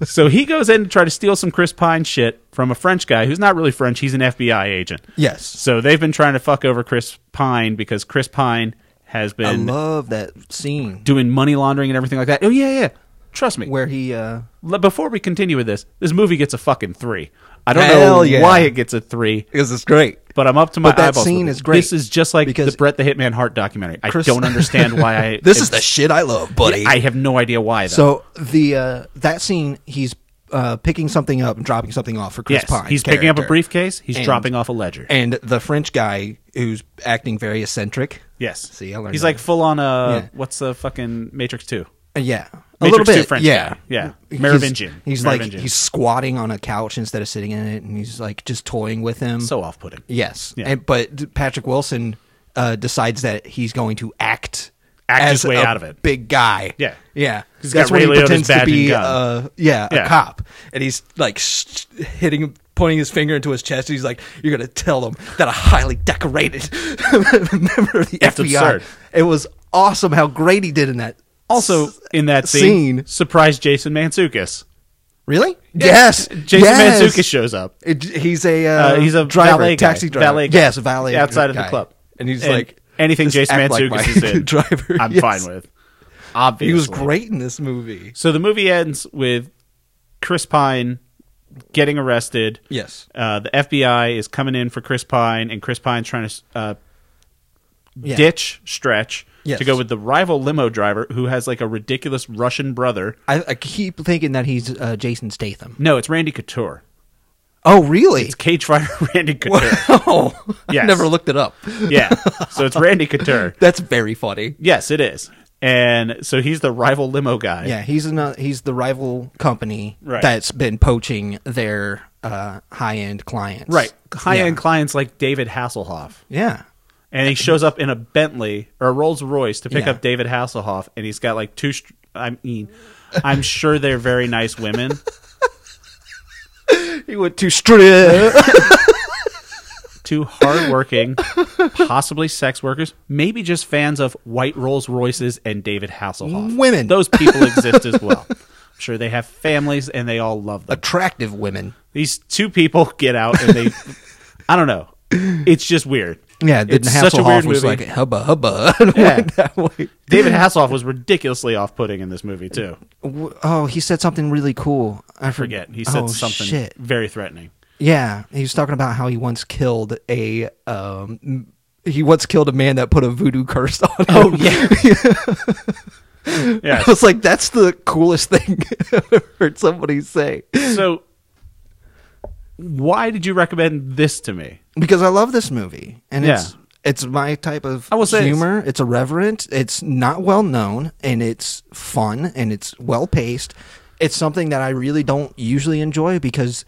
So he goes in to try to steal some Chris Pine shit from a French guy who's not really French. He's an FBI agent.
yes.
So they've been trying to fuck over Chris Pine because Chris Pine has
I
been
love that scene
doing money laundering and everything like that. Oh yeah, yeah. Trust me.
where he. uh
Le- Before we continue with this, this movie gets a fucking three. I don't know
Hell yeah.
why it gets a three,
Because it's great.
but I'm up to my
But that
eyeballs.
scene
with it.
is great
This is just like
because-
the Brett the Hitman Hart documentary. I
Chris-
don't understand why I.
This is the shit I love, buddy.
I have no idea why. Though.
So the uh that scene, he's uh picking something up and dropping something off for Chris
yes,
Pine.
he's picking up a
character.
briefcase. He's
And-
dropping off a ledger.
and the French guy who's acting very eccentric.
Yes.
See, I learned
He's
that.
like full on uh
Yeah.
what's the fucking Matrix Two?
Uh, yeah, a
Matrix
little
two
bit.
French
yeah,
guy. Yeah.
He's-
Merovingian.
He's, like
Merovingian.
he's squatting on a couch instead of sitting in it, and he's like just toying with him.
So off putting.
yes,
Yeah.
and but Patrick Wilson uh, decides that he's going to act
Act
as
his way
a
out of it.
Big guy.
Yeah.
yeah.
He's got Ray
when
Liotta's badge and gun.
Uh, yeah,
Yeah.
a cop.
and he's like sh- hitting, pointing his finger into his chest. And he's like, "You're gonna tell them that a highly decorated member of the
That's
FBI."
absurd.
It was awesome how great he did in that.
Also
s-
in that scene,
scene.
surprise Jason Mantzoukas.
really? Yes,
Jason
yes.
Mantzoukas shows up.
It, he's a uh,
Uh, he's a
driver,
valet guy.
taxi driver.
Valet guy.
Yes, a valet
outside of the
guy.
club,
And he's like,
anything
"Just
Jason
act like
Mantzoukas
my
is in,
driver."
I'm
Yes.
fine with. Obviously,
He was great in this movie.
So the movie ends with Chris Pine getting arrested.
Yes.
Uh, the FBI is coming in for Chris Pine, and Chris Pine's trying to uh,
Yeah.
ditch Stretch
Yes.
to go with the rival limo driver who has like a ridiculous Russian brother.
I, I keep thinking that he's uh, Jason Statham.
No, it's Randy Couture.
Oh, really?
It's Cage Fighter Randy Couture.
Oh,
Yes.
I never looked it up.
yeah. So it's Randy Couture.
That's very funny.
Yes, it is. And so he's the rival limo guy.
Yeah, he's an, he's the rival company
Right.
that's been poaching their uh, high end clients.
Right. High end
Yeah.
clients like David Hasselhoff.
yeah.
and he shows up in a Bentley or a Rolls Royce to pick
Yeah.
up David Hasselhoff, and he's got like two. Str- I mean, I'm sure they're very nice women.
He went to strip.
Two hardworking, possibly sex workers, maybe just fans of white Rolls Royces and David Hasselhoff.
Women.
those people exist as well. I'm sure they have families and they all love them.
Attractive women.
These two people get out and they, I don't know. It's just weird.
Yeah, didn't
it's
Hasselhoff
such a weird
was
movie.
like hubba hubba. and
Yeah.
went that way.
David Hasselhoff was ridiculously off-putting in this movie too.
W- Oh, he said something really cool. I
Forget he said
oh,
something
Shit.
very threatening.
Yeah, he was talking about how he once killed a um, he once killed a man that put a voodoo curse on him. Oh yeah,
Yeah,
I was like, that's the coolest thing I've ever heard somebody say
so why did you recommend this to me?
because I love this movie and it's
Yeah.
it's my type of
I will say it's-
humor. It's, irreverent. It's not well known and it's fun and it's well paced. It's something that I really don't usually enjoy because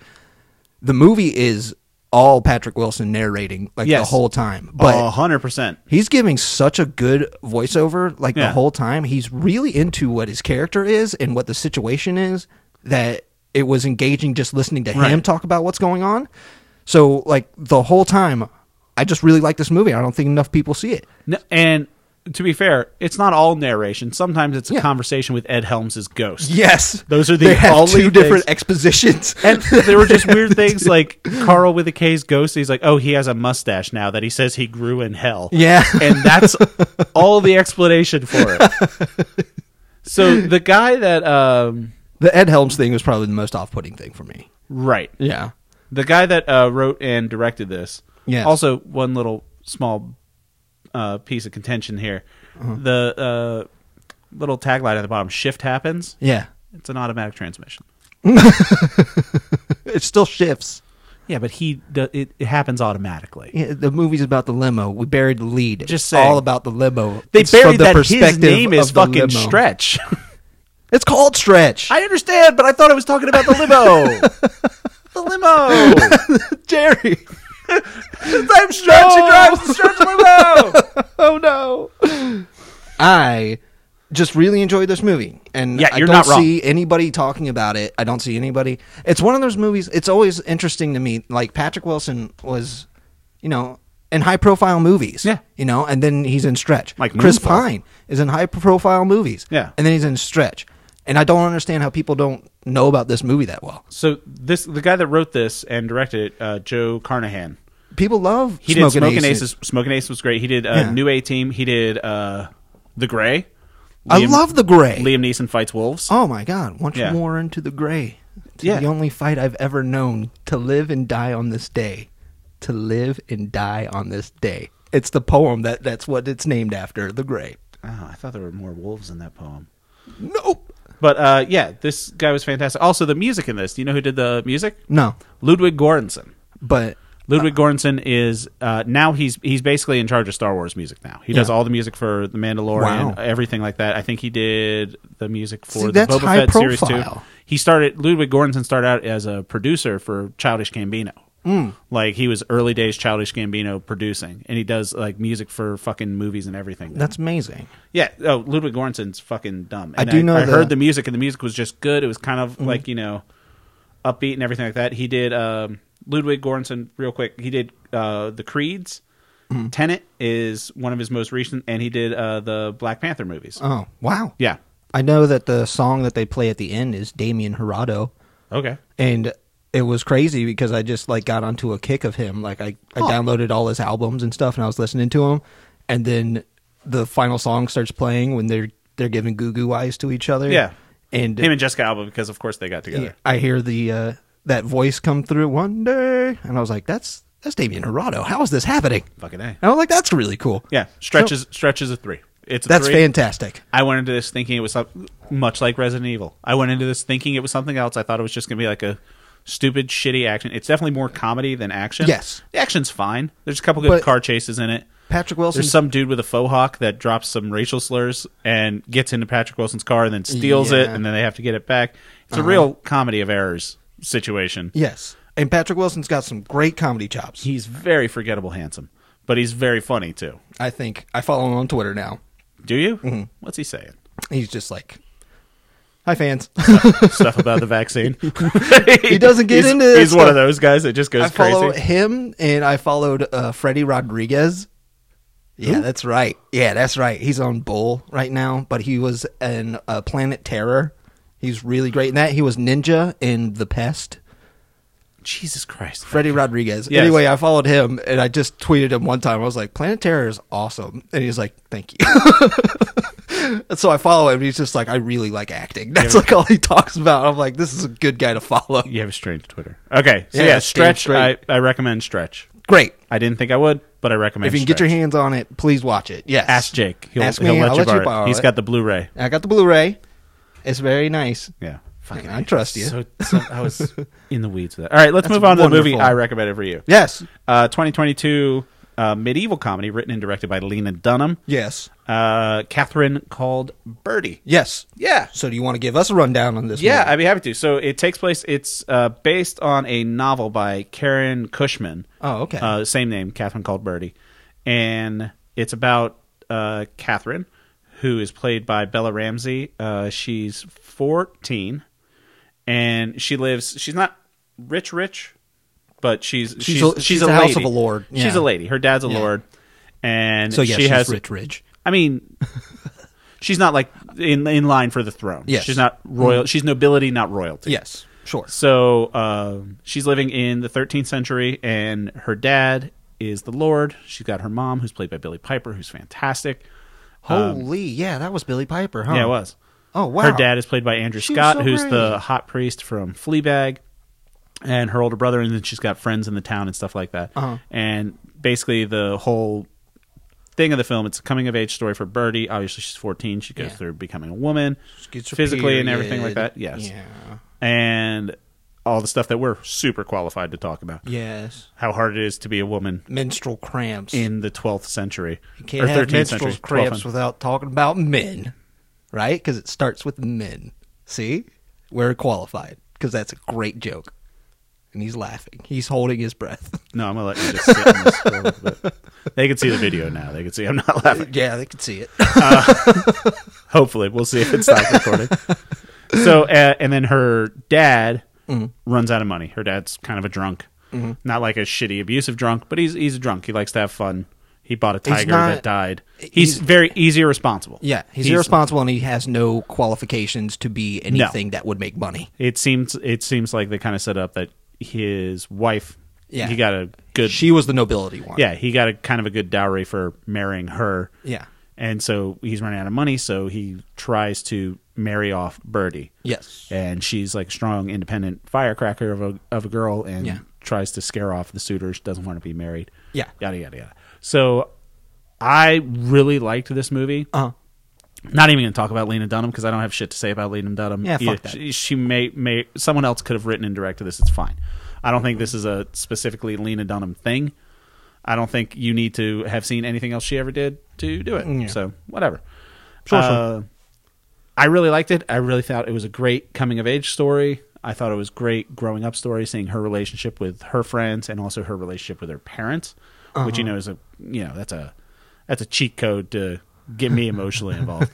the movie is all Patrick Wilson narrating like the
Yes. Oh,
whole time, but.
hundred percent.
He's giving such a good voiceover like
Yeah.
the whole time. He's really into what his character is and what the situation is that it was engaging just listening to him
Right.
talk about what's going on. So like the whole time I just really like this movie. I don't think enough people see it.
And to be fair, it's not all narration. Sometimes it's a
Yeah.
conversation with Ed Helms' ghost.
Yes.
Those are the
they have
only
two different
things-
expositions.
And there were just weird things like Carl with a K's ghost. He's like, oh, he has a mustache now that he says he grew in hell.
Yeah.
And that's all the explanation for it. So the guy that, um,
the Ed Helms thing was probably the most off-putting thing for me.
right.
Yeah.
The guy that uh, wrote and directed this.
Yes.
Also, one little small uh, piece of contention here:
Uh-huh.
the uh, little tagline at the bottom: "Shift happens."
Yeah.
It's an automatic transmission.
It still shifts.
Yeah, but he do- it, it happens automatically.
Yeah, the movie's about the limo. We buried the lead.
Just
It's all
saying.
about the limo.
They
It's from
buried
the
that his
perspective
name is
of the
fucking
limo.
Stretch.
It's called Stretch.
I understand, but I thought I was talking about the limo. the limo.
Jerry.
I'm Stretch. He drives the Stretch limo.
oh no. I just really enjoyed this movie, and
Yeah,
I
you're
don't
not wrong.
see anybody talking about it. I don't see anybody. It's one of those movies. It's always interesting to me. Like Patrick Wilson was, you know, in high profile movies.
Yeah.
you know, and then he's in Stretch.
Like
Chris
Moonfall.
Pine is in high profile movies.
Yeah.
and then he's in Stretch. And I don't understand how people don't know about this movie that well.
So this the guy that wrote this and directed it, uh, Joe Carnahan.
People love
He
Smoking
did Smoking
Aces.
Aces. Smoking Aces was great. He did uh,
Yeah.
New A Team. He did uh, The Gray.
I love The Grey.
Liam Neeson fights wolves.
Oh my God! Once
Yeah.
more into the gray, to
Yeah.
the only fight I've ever known to live and die on this day, to live and die on this day. It's the poem that that's what it's named after, the gray.
Oh, I thought there were more wolves in that poem.
Nope.
But uh, yeah, this guy was fantastic. Also, the music in this. Do you know who did the music?
No,
Ludwig Göransson.
but
Ludwig Göransson is uh, now he's he's basically in charge of Star Wars music now. He does
Yeah.
all the music for The Mandalorian,
Wow.
everything like that. I think he did the music for
See,
the
that's
Boba
high
Fett series too.
profile.
He started Ludwig Göransson started out as a producer for Childish Gambino.
Hmm.
Like he was early days Childish Gambino producing, and he does like music for fucking movies and everything.
that's amazing.
Yeah. Oh, Ludwig Göransson's fucking dumb.
I
And
do know
I
the- Mm-hmm.
heard the music, and the music was just good. It was kind of like you know, upbeat and everything like that. He did um, Ludwig Göransson. Real quick, he did uh, the Creeds.
Mm-hmm.
Tenet is one of his most recent, and he did uh, the Black Panther movies.
Oh wow!
yeah.
I know that the song that they play at the end is Damien Hirado.
Okay.
and it was crazy because I just like got onto a kick of him. Like I, I downloaded all his albums and stuff, and I was listening to him, and then the final song starts playing when they're they're giving goo goo eyes to each other.
Yeah.
and
Him and Jessica Alba, because of course they got together.
I hear the uh, that voice come through one day, and I was like, that's that's Damien Hirado. How is this happening?
Fucking a.
And I was like, that's really cool.
Yeah. Stretches stretches a three. It's a
that's
three.
fantastic.
I went into this thinking it was some- much like Resident Evil. I went into this thinking it was something else. I thought it was just going to be like a stupid, shitty action. It's definitely more comedy than action.
Yes.
the action's fine. There's a couple good
But-
car chases in it.
Patrick Wilson.
There's some dude with a faux hawk that drops some racial slurs and gets into Patrick Wilson's car and then steals it,
Yeah. Uh-huh.
and then they have to get it back. It's a real comedy of errors situation.
yes, and Patrick Wilson's got some great comedy chops.
He's very forgettable, handsome, but he's very funny too.
I think I follow him on Twitter now.
Do you?
Mm-hmm.
What's he saying?
He's just like, hi fans.
Stuff about the vaccine.
He doesn't get
he's,
into that
He's one
stuff.
of those guys that just goes
I follow
crazy.
him and I followed uh, Freddie Rodriguez. Yeah, that's right. Yeah, that's right. He's on Bull right now, but he was in uh, Planet Terror. He's really great in that. He was Ninja in The Pest.
Jesus Christ.
Freddie Rodriguez.
Yes.
Anyway, I followed him and I just tweeted him one time. I was like, Planet Terror is awesome. And he's like, thank you. and so I follow him. And he's just like, I really like acting. That's like all he talks about. I'm like, this is a good guy to follow.
You have a strange Twitter. Okay. So yeah,
Yeah, damn
stretch. I,
straight.
I recommend stretch.
Great.
I didn't think I would, but I recommend
If you can get your
Stretch.
hands on it, please watch it. Yes.
Ask Jake. He'll,
Ask
he'll
me,
let
I'll
you
let you
borrow, it.
borrow
He's
it.
got the Blu ray.
I got the Blu-ray. It's very nice.
Yeah.
Fucking, I trust you.
So, so I was in the weeds with that. All right, let's move on to the movie
wonderful.
I recommended for you.
yes.
Uh, 2022 uh, medieval comedy written and directed by Lena Dunham.
Yes.
Uh, Catherine called Birdie.
Yes.
Yeah.
So do you want to give us a rundown on this?
Yeah,
movie?
I'd be happy to. So it takes place. It's uh, based on a novel by Karen Cushman.
Oh, okay.
Uh, same name, Catherine called Birdie, and it's about uh, Catherine, who is played by Bella Ramsey. Uh, she's fourteen, and she lives. She's not rich, rich, but she's she's she's,
a- she's a house of
lady.
a lord.
She's
Yeah.
a lady. Her dad's a
Yeah.
lord, and
so yes,
she
she's
has
Rich Ridge.
I mean, she's not like in in line for the throne.
Yes. Mm-hmm.
she's not royal. She's nobility, not royalty.
Yes. Sure.
So um, she's living in the 13th century, and her dad is the Lord. She's got her mom, who's played by Billy Piper, who's fantastic.
Holy, yeah, that was Billy Piper, huh?
Um, Yeah, it was.
Oh wow.
Her dad is played by Andrew
She was
Scott,
so
who's the
great.
hot priest from Fleabag, and her older brother, and then she's got friends in the town and stuff like that.
Uh-huh.
And basically, the whole thing of the film it's a coming of age story for Birdie. Obviously, she's fourteen; she goes
Yeah.
through becoming a woman,
She gets her
physically and everything like
period.
that. Yes,
Yeah.
and all the stuff that we're super qualified to talk about.
Yes.
How hard it is to be a woman
Menstrual cramps.
in the twelfth century
you can't have menstrual
12th
cramps
century.
without talking about men, right? Because it starts with men. See, we're qualified because that's a great joke. And he's laughing. He's holding his breath.
No, I'm gonna let you just sit on this for a little bit. They can see the video now. They can see I'm not laughing.
yeah, they can see it.
Hopefully, we'll see if it stops recording. so, uh, and then her dad
Mm-hmm.
runs out of money. Her dad's kind of a drunk, not like a shitty abusive drunk, but he's he's a drunk. He likes to have fun. He bought a tiger
not-
that died. He's,
he's-
very he's irresponsible.
Yeah, he's, irresponsible and he has no qualifications to be anything that would make money.
It seems it seems like they kind of set up that his wife.
Yeah.
he got a good.
She was the nobility one.
yeah, he got a kind of a good dowry for marrying her.
Yeah.
And so he's running out of money, so he tries to marry off Birdie.
Yes.
And she's like a strong, independent firecracker of a of a girl, and
Yeah.
tries to scare off the suitors. Doesn't want to be married.
Yeah.
Yada yada yada. So I really liked this movie.
Uh-huh.
Not even going to talk about Lena Dunham because I don't have shit to say about Lena Dunham.
Yeah, fuck that.
She, she may may someone else could have written and directed this. It's fine. I don't think this is a specifically Lena Dunham thing. I don't think you need to have seen anything else she ever did to do it.
Yeah.
So whatever.
Sure,
Uh, I really liked it. I really thought it was a great coming of age story. I thought it was great growing up story, seeing her relationship with her friends and also her relationship with her parents, which you know is a you know that's a that's a cheat code to get me emotionally involved.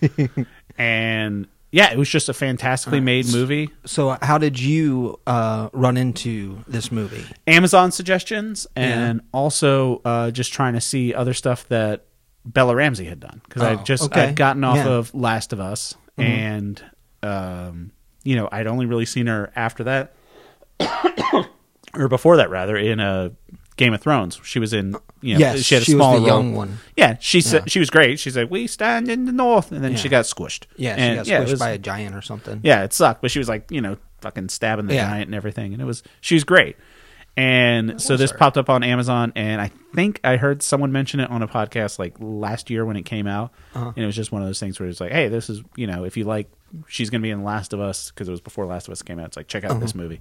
and yeah, it was just a fantastically made movie.
So, how did you uh, run into this movie?
Amazon suggestions and also uh, just trying to see other stuff that Bella Ramsey had done because I
Oh,
just
okay.
I'd gotten off
Yeah. Mm-hmm.
of Last of Us and um, you know I'd only really seen her after that or before that rather in a Game of Thrones she was in you know
Yes,
she had a
she was
small
the
role.
young one.
yeah she said she was great she's like we stand in the north and then she got squished
Yeah, she
And,
got squished
yeah, it was-
by a giant or something.
yeah, it sucked, but she was like, you know, fucking stabbing the
Yeah.
giant and everything, and it was she was great. And so this popped up on Amazon, and I think I heard someone mention it on a podcast like last year when it came out,
Uh-huh.
and it was just one of those things where it's like, hey, this is you know, if you like, she's gonna be in Last of Us because it was before Last of Us came out. It's like check out this movie,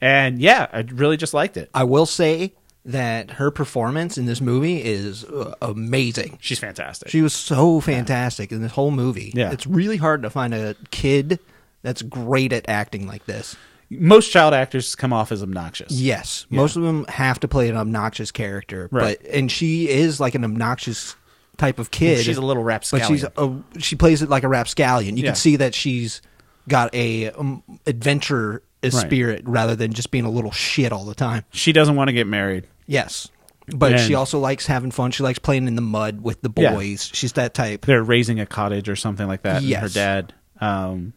and yeah, I really just liked it.
Uh-huh. I will say that her performance in this movie is uh, amazing.
She's fantastic.
She was so fantastic in this whole movie.
Yeah.
It's really hard to find a kid that's great at acting like this.
Most child actors come off as obnoxious.
Yes, most of them have to play an obnoxious character,
Right.
but and she is like an obnoxious type of kid.
she's a little
but she's a, she plays it like a rapscallion. You
Yeah.
can see that she's got a um, adventure spirit rather than just being a little shit all the time.
She doesn't want to get married.
Yes. But she
And-
also likes having fun. She likes playing in the mud with the
Yeah.
boys. She's that type.
they're raising a cottage or something like that.
Yes.
And her dad, um,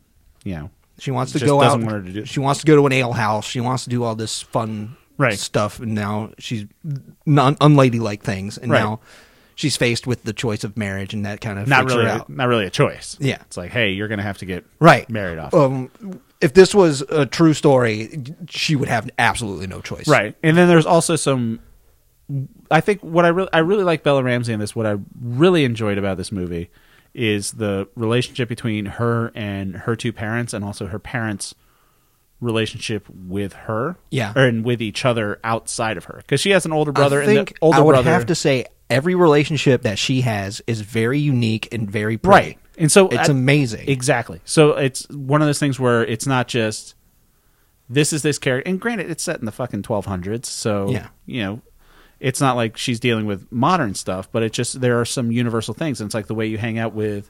you know,
She wants to
just
go out.
doesn't want her to do.
She wants to go to an ale house. She wants to do all this fun
Right.
stuff. And now she's non unladylike things. And
Right.
now she's faced with the choice of marriage, and that kind of
not
freaks her
really,
out.
not really a choice.
Yeah.
it's like, hey, you're gonna have to get
right
married off,
Um, if this was a true story, she would have absolutely no choice.
right? And then there's also some. I think what I really, I really like Bella Ramsey in this. What I really enjoyed about this movie is the relationship between her and her two parents, and also her parents' relationship with her,
Yeah.
or, and with each other outside of her, because she has an older brother.
I think
and the older
I would
brother,
have to say every relationship that she has is very unique and very pretty.
right and so
It's
I-
amazing.
exactly so it's one of those things where it's not just this is this character and granted it's set in the fucking 1200s so
Yeah.
you know it's not like she's dealing with modern stuff but it's just there are some universal things and it's like the way you hang out with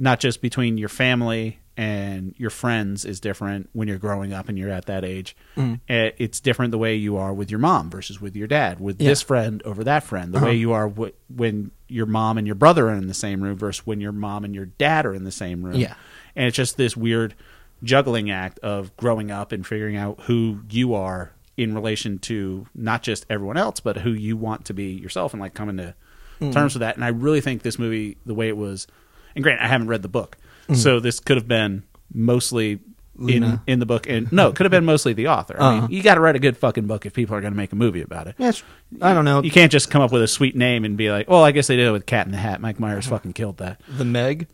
not just between your family and your friends is different when you're growing up and you're at that age
Mm-hmm.
Eh, it's different the way you are with your mom versus with your dad with
Yeah. Uh-huh.
this friend over that friend the way you are w- when your mom and your brother are in the same room versus when your mom and your dad are in the same room
Yeah.
and it's just this weird juggling act of growing up and figuring out who you are in relation to not just everyone else but who you want to be yourself and like coming to
Hmm.
terms with that and i really think this movie the way it was and grant i haven't read the book so this could have been mostly in,
Hmm. Lena.
in the book and no it could have been mostly the author I
Uh-huh.
mean, you got to write a good fucking book if people are going to make a movie about it
Yes. I don't know.
you can't just come up with a sweet name and be like well i guess they did it with cat in the hat mike myers
Uh-huh.
fucking killed that
The Meg.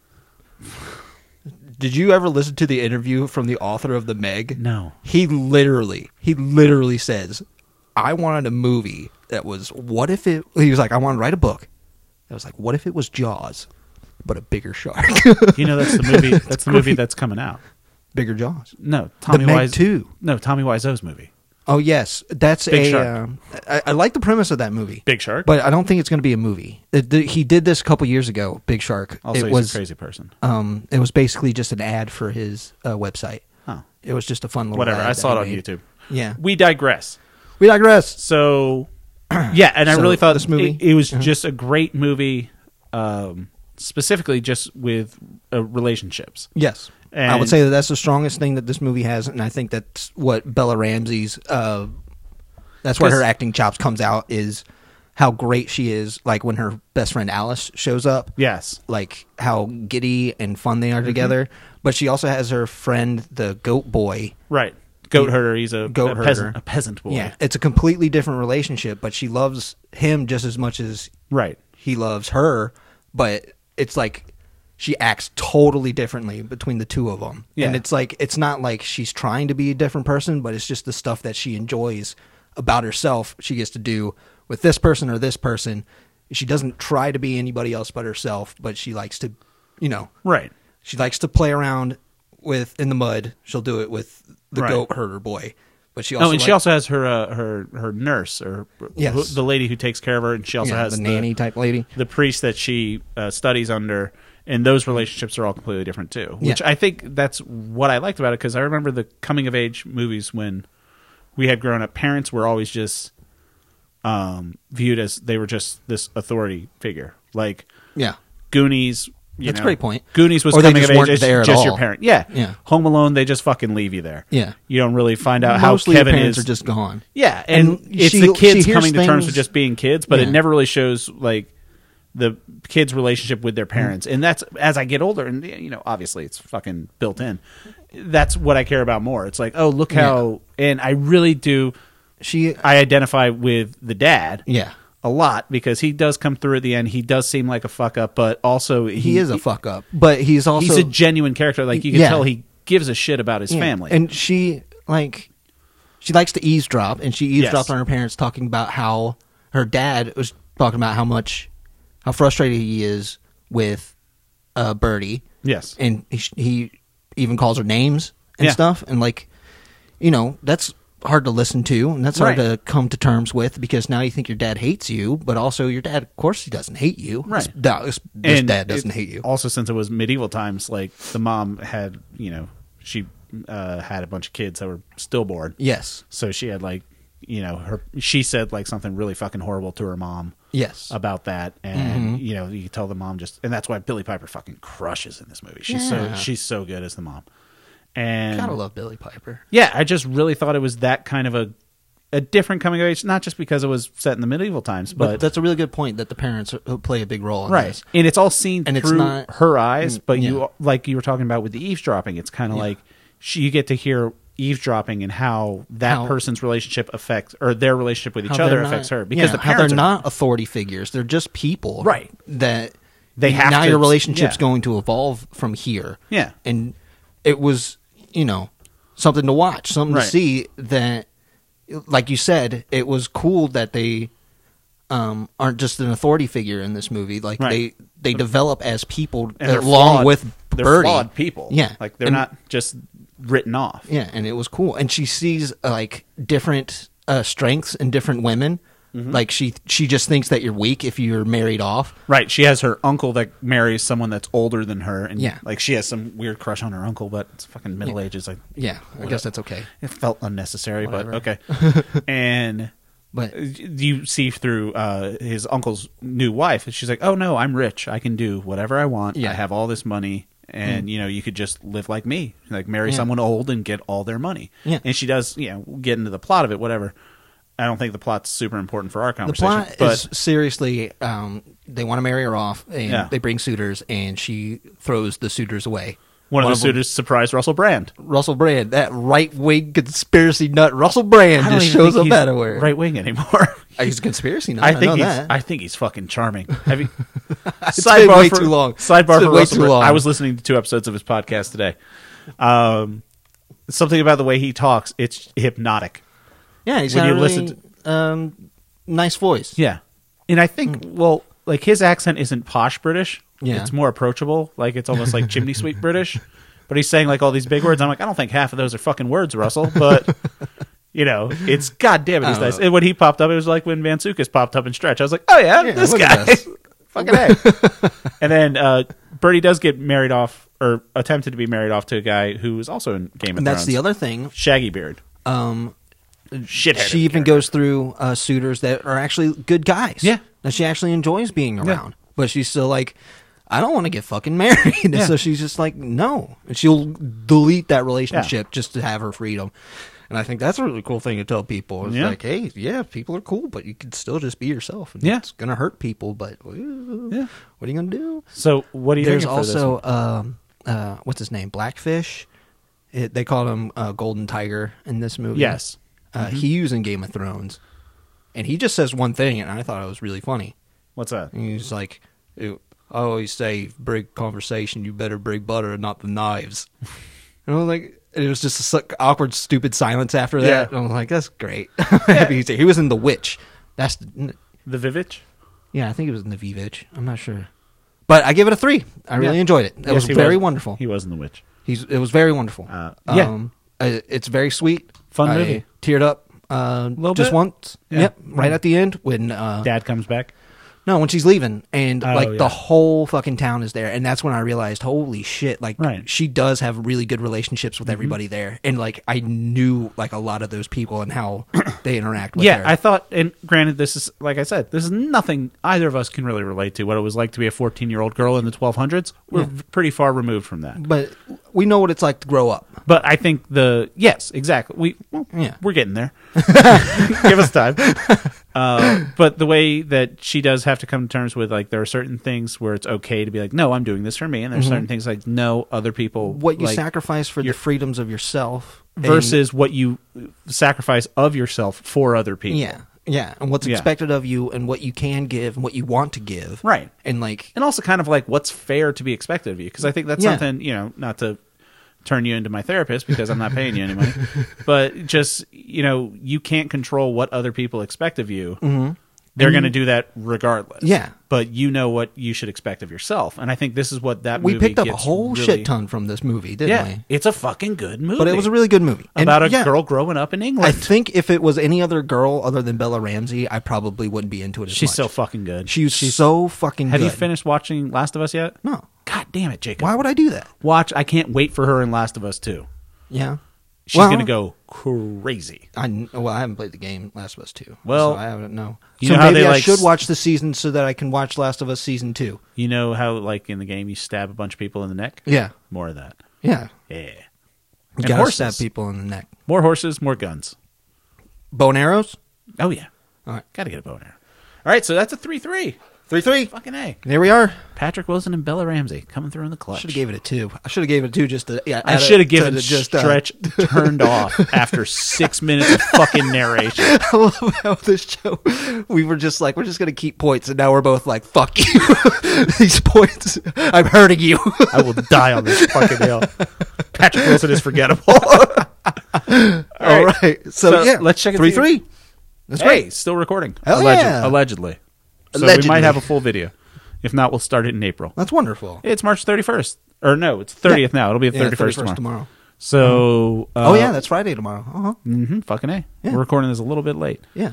Did you ever listen to the interview from the author of The Meg?
No.
He literally, he literally says, I wanted a movie that was, what if it, he was like, I want to write a book. I was like, what if it was Jaws, but a bigger shark?
you know that's the movie that's the movie that's coming out
bigger Jaws.
No, Tommy
Meg
Wise
2.
No, Tommy Wiseau's movie.
Oh yes, that's
Big
a.
Shark.
um, I, I like the premise of that movie,
Big Shark.
but I don't think it's going to be a movie. The- the- he did this a couple years ago, Big Shark.
also,
it
he's
was
a crazy person.
um, it was basically just an ad for his uh, website.
Huh.
It was just a fun little
Whatever.
ad
I
that
saw it
he
on
made.
YouTube.
Yeah,
We digress.
we digress.
So, yeah, and I
So,
really thought
this movie- Uh-huh.
it, it was just a great movie, um, specifically just with uh, relationships.
Yes. I would
And-
say that that's the strongest thing that this movie has, and I think that's what Bella Ramsey's. Uh, that's where her
'Cause-
acting chops comes out is how great she is. Like when her best friend Alice shows up,
Yes.
like how giddy and fun they are
Mm-hmm.
together. But she also has her friend, the Goat Boy.
Right. Goat herder. He's a,
Goat
a peasant,
herder.
a peasant boy.
Yeah, it's a completely different relationship, but she loves him just as much as
Right.
he loves her. But it's like she acts totally differently between the two of them.
Yeah.
And it's like it's not like she's trying to be a different person, but it's just the stuff that she enjoys about herself she gets to do with this person or this person. She doesn't try to be anybody else but herself, but she likes to, you know,
Right.
she likes to play around with in the mud. She'll do it with the
Right.
goat herder boy, but she also
Oh, and she
like-
also has her uh, her her nurse or
Yes.
who, the lady who takes care of her, and she also
yeah,
has
the nanny type lady.
the priest that she uh, studies under, and those relationships are all completely different too. Which
Yeah.
I think that's what I liked about it because I remember the coming of age movies when we had grown up. Parents were always just um, viewed as they were just this authority figure, like
Yeah,
Goonies. You
That's a
know,
great point.
Goonies was
Or they
coming
just
of age.
weren't
It's
there at
just
all.
your parent. Yeah.
Yeah.
Home Alone, they just fucking leave you there.
Yeah.
You don't really find out
mostly
how
her
Kevin
parents
is.
are just gone.
Yeah, and,
And
it's
she-
the kids
she hears
coming to terms
things-
with just being kids, but
Yeah.
it never really shows like the kids' relationship with
Mm.
their parents. And that's as I get older, and you know, obviously it's fucking built in. That's what I care about more. It's like, oh, look how, and I really do.
She
I identify with the dad.
Yeah.
a lot because he does come through at the end. He does seem like a fuck up, but also he,
he is a fuck up, but he's also
He's a genuine character. Like you can
Yeah.
tell, he gives a shit about his
Yeah.
family.
And she like she likes to eavesdrop, and she eavesdropped
Yes.
on her parents talking about how her dad was talking about how much how frustrated he is with uh, Birdie.
Yes.
and he, he even calls her names and
Yeah.
stuff, and like you know that's hard to listen to, and that's hard
Right.
to come to terms with because now you think your dad hates you, but also your dad, of course, he doesn't hate you.
Right.
This, da- this, this
And
dad doesn't
it-
hate you.
Also, since it was medieval times, like the mom had, you know, she uh, had a bunch of kids that were stillborn.
Yes.
So she had like, you know, her. She said like something really fucking horrible to her mom
Yes.
about that,
Mm-hmm.
and you know, you could tell the mom just, and that's why Billy Piper fucking crushes in this movie. She's
Yeah.
so she's so good as the mom. And
Gotta love Billy Piper.
yeah, I just really thought it was that kind of a a different coming of age, not just because it was set in the medieval times,
But,
but,
that's a really good point that the parents uh, play a big role in
right
this.
and it's all seen
And it's
through
not- Mm,
her eyes but
yeah.
you like you were talking about with the eavesdropping it's kind of like she, you get to hear eavesdropping and how that
How-
person's relationship affects or their relationship with each
How
other
they're not-
affects her
yeah,
because the
how
parents
they're
are
not authority figures; they're just people,
Right.
That
They have
now
to-
your relationship's
yeah.
going to evolve from here.
Yeah.
and it was you know something to watch, something
Right.
to see. That, like you said, it was cool that they um, aren't just an authority figure in this movie. Like
Right.
they they develop as people
and they're
along
flawed-
with
they're
Birdie.
flawed people
Yeah,
like they're
And-
not just written off
yeah, and it was cool. And she sees uh, like different uh, strengths in different women.
Mm-hmm.
Like she she just thinks that you're weak if you're married off.
right she has her uncle that marries someone that's older than her and
Yeah.
like she has some weird crush on her uncle but it's fucking middle ages like
Yeah, I guess that's okay.
it felt unnecessary but
Whatever.
okay and
But
you see through uh, his uncle's new wife, and she's like, "Oh no, I'm rich. I can do whatever I want.
Yeah. Hmm.
I have all this money, and you know, you could just live like me, like marry
Yeah.
someone old and get all their money."
Yeah.
And she does, you know, get into the plot of it, whatever. I don't think the plot's super important for our
the
conversation,
plot
but
is seriously, um, they want to marry her off, and
Yeah.
they bring suitors, and she throws the suitors away.
one, of the
them-
suitors surprised Russell Brand.
Russell Brand, that right wing conspiracy nut, Russell Brand just
even
shows
think
up
he's
out of where.
right wing anymore.
He's a conspiracy nut. I,
I think
know
he's
that.
I think he's fucking charming. Have you
It's been way too long. It's
Sidebar
been
for
way
Russell
too
Brand.
long.
I was listening to two episodes of his podcast today. Um, something about the way he talks, it's hypnotic.
yeah, he's
when
got a
you
really,
listen
um, nice voice.
Yeah. And I think well, like his accent isn't posh British.
Hmm. Yeah.
It's more approachable. Like it's almost like chimney sweep British. But he's saying like all these big words. I'm like, I don't think half of those are fucking words, Russell, but You know, it's goddamn it, he's nice. And when he popped up, it was like when Mansukas popped up in stretch. I was like, oh yeah, this
look
guy.
at this. Fucking A.
and then uh, Bertie does get married off, or attempted to be married off to a guy who was also in Game of
and that's
Thrones.
the other thing.
Shaggy beard.
Um,
Shithead.
she even goes through uh, suitors that are actually good guys.
Yeah.
That she actually enjoys being around. But she's still like, I don't want to get fucking married. And
Yeah.
So she's just like, no. And she'll delete that relationship just to have her freedom. And I think that's a really cool thing to tell people. It's
Yeah.
like, hey, yeah, people are cool, but you can still just be yourself. And
Yeah.
It's going to hurt people, but uh,
Yeah.
what are you going to do?
So what do you
There's
thinking for this one?
also um, uh, what's his name, Blackfish. It, they called him uh, Golden Tiger in this movie.
Yes. Mm-hmm.
uh, he was in Game of Thrones, and he just says one thing, and I thought it was really funny.
what's that?
And he's like, "Ew, "I always say, big conversation, you better bring butter, and not the knives." and I was like, it was just a su- awkward, stupid silence after that.
Yeah.
And I was like, "That's great." Happy to see- he was in The Witch. That's the,
The Vivitch?
yeah, I think it was in the Vivitch. I'm not sure. But I give it a three. I really
Yeah.
enjoyed it. It
Yes,
was
he
very wonderful.
He was in the witch.
He's it was very wonderful.
Uh, yeah.
uh, it's very sweet.
Fun
I
movie.
Teared up. Uh,
Little
just
bit?
once.
Yeah.
Yep. Right at the end when uh,
Dad comes back.
no when she's leaving and
Oh,
like
yeah.
the whole fucking town is there and that's when I realized holy shit like
Right. Mm-hmm.
she does have really good relationships with everybody there and like I knew like a lot of those people and how they interact with
yeah,
her.
I thought, and granted, this is like I said, this is nothing either of us can really relate to what it was like to be a 14 year old girl in the 1200s. We're v- pretty far removed from that.
but we know what it's like to grow up.
But I think the yes, exactly. We well,
Yeah.
we're getting there. Give us time. Uh, but the way that she does have to come to terms with like there are certain things where it's okay to be like, no, I'm doing this for me, and there's certain things like no, other people
Mm-hmm. What you
like,
sacrifice for the
your-
freedoms of yourself and-
versus what you sacrifice of yourself for other people.
Yeah, yeah, and what's
Yeah.
expected of you, and what you can give, and what you want to give,
Right.
And like,
and also kind of like what's fair to be expected of you because i think that's
Yeah.
something you know not to turn you into my therapist because i'm not paying you any money but just you know you can't control what other people expect of you they're going to do that regardless
Mm-hmm. Yeah.
but you know what you should expect of yourself and i think this is what that
we
movie
picked up a
gets
whole
really-
shit ton from this movie, didn't
yeah
we?
it's a fucking good movie
But it was a really good movie And,
about a
yeah,
girl growing up in england
I think if it was any other girl other than Bella Ramsey, I probably wouldn't be into it. As
she's
much.
so fucking good
she was so fucking.
have you
good.
finished watching last of us yet
No.
god damn it jacob
Why would I do that?
watch i can't wait for her in last of us too
Yeah,
she's
Well,
gonna go crazy.
I well, I haven't played the game Last of Us two.
Well,
so I haven't. No,
you
so
know how
maybe
they,
I
like,
should
s-
watch the season so that I can watch Last of Us season two.
You know how like in the game you stab a bunch of people in the neck?
Yeah,
More of that.
yeah.
Yeah.
You
And
gotta
horses.
stab people in the neck.
More horses, more guns.
Bow and arrows.
Oh yeah.
All right.
Gotta get a bow and arrow. All right, so that's a three three.
Three three.
Fucking A.
There we are.
Patrick Wilson and Bella Ramsey coming through in the clutch.
Should have gave it a two. I should have gave it a two just to. Yeah,
I
add a-
should have
to
given
the-
just
uh,
stretch turned off after six minutes of fucking narration.
I love how this show. We were just like, we're just gonna keep points, and now we're both like, fuck you. These points, I'm hurting you.
I will die on this fucking hill. Patrick Wilson is forgettable. All
All right. So,
So,
yeah,
let's check it
three
through.
three. That's
Hey,
great.
still recording.
Hell
Alleged-
yeah.
Allegedly. So we
Allegedly.
might have a full video. If not, we'll start it in April.
That's wonderful.
It's March 31st. Or no, it's 30th now. It'll be the
Yeah,
31st,
31st
tomorrow.
tomorrow.
So. Uh,
oh yeah, that's Friday tomorrow. Uh huh.
hmm fucking A. We're recording this a little bit late.
Yeah.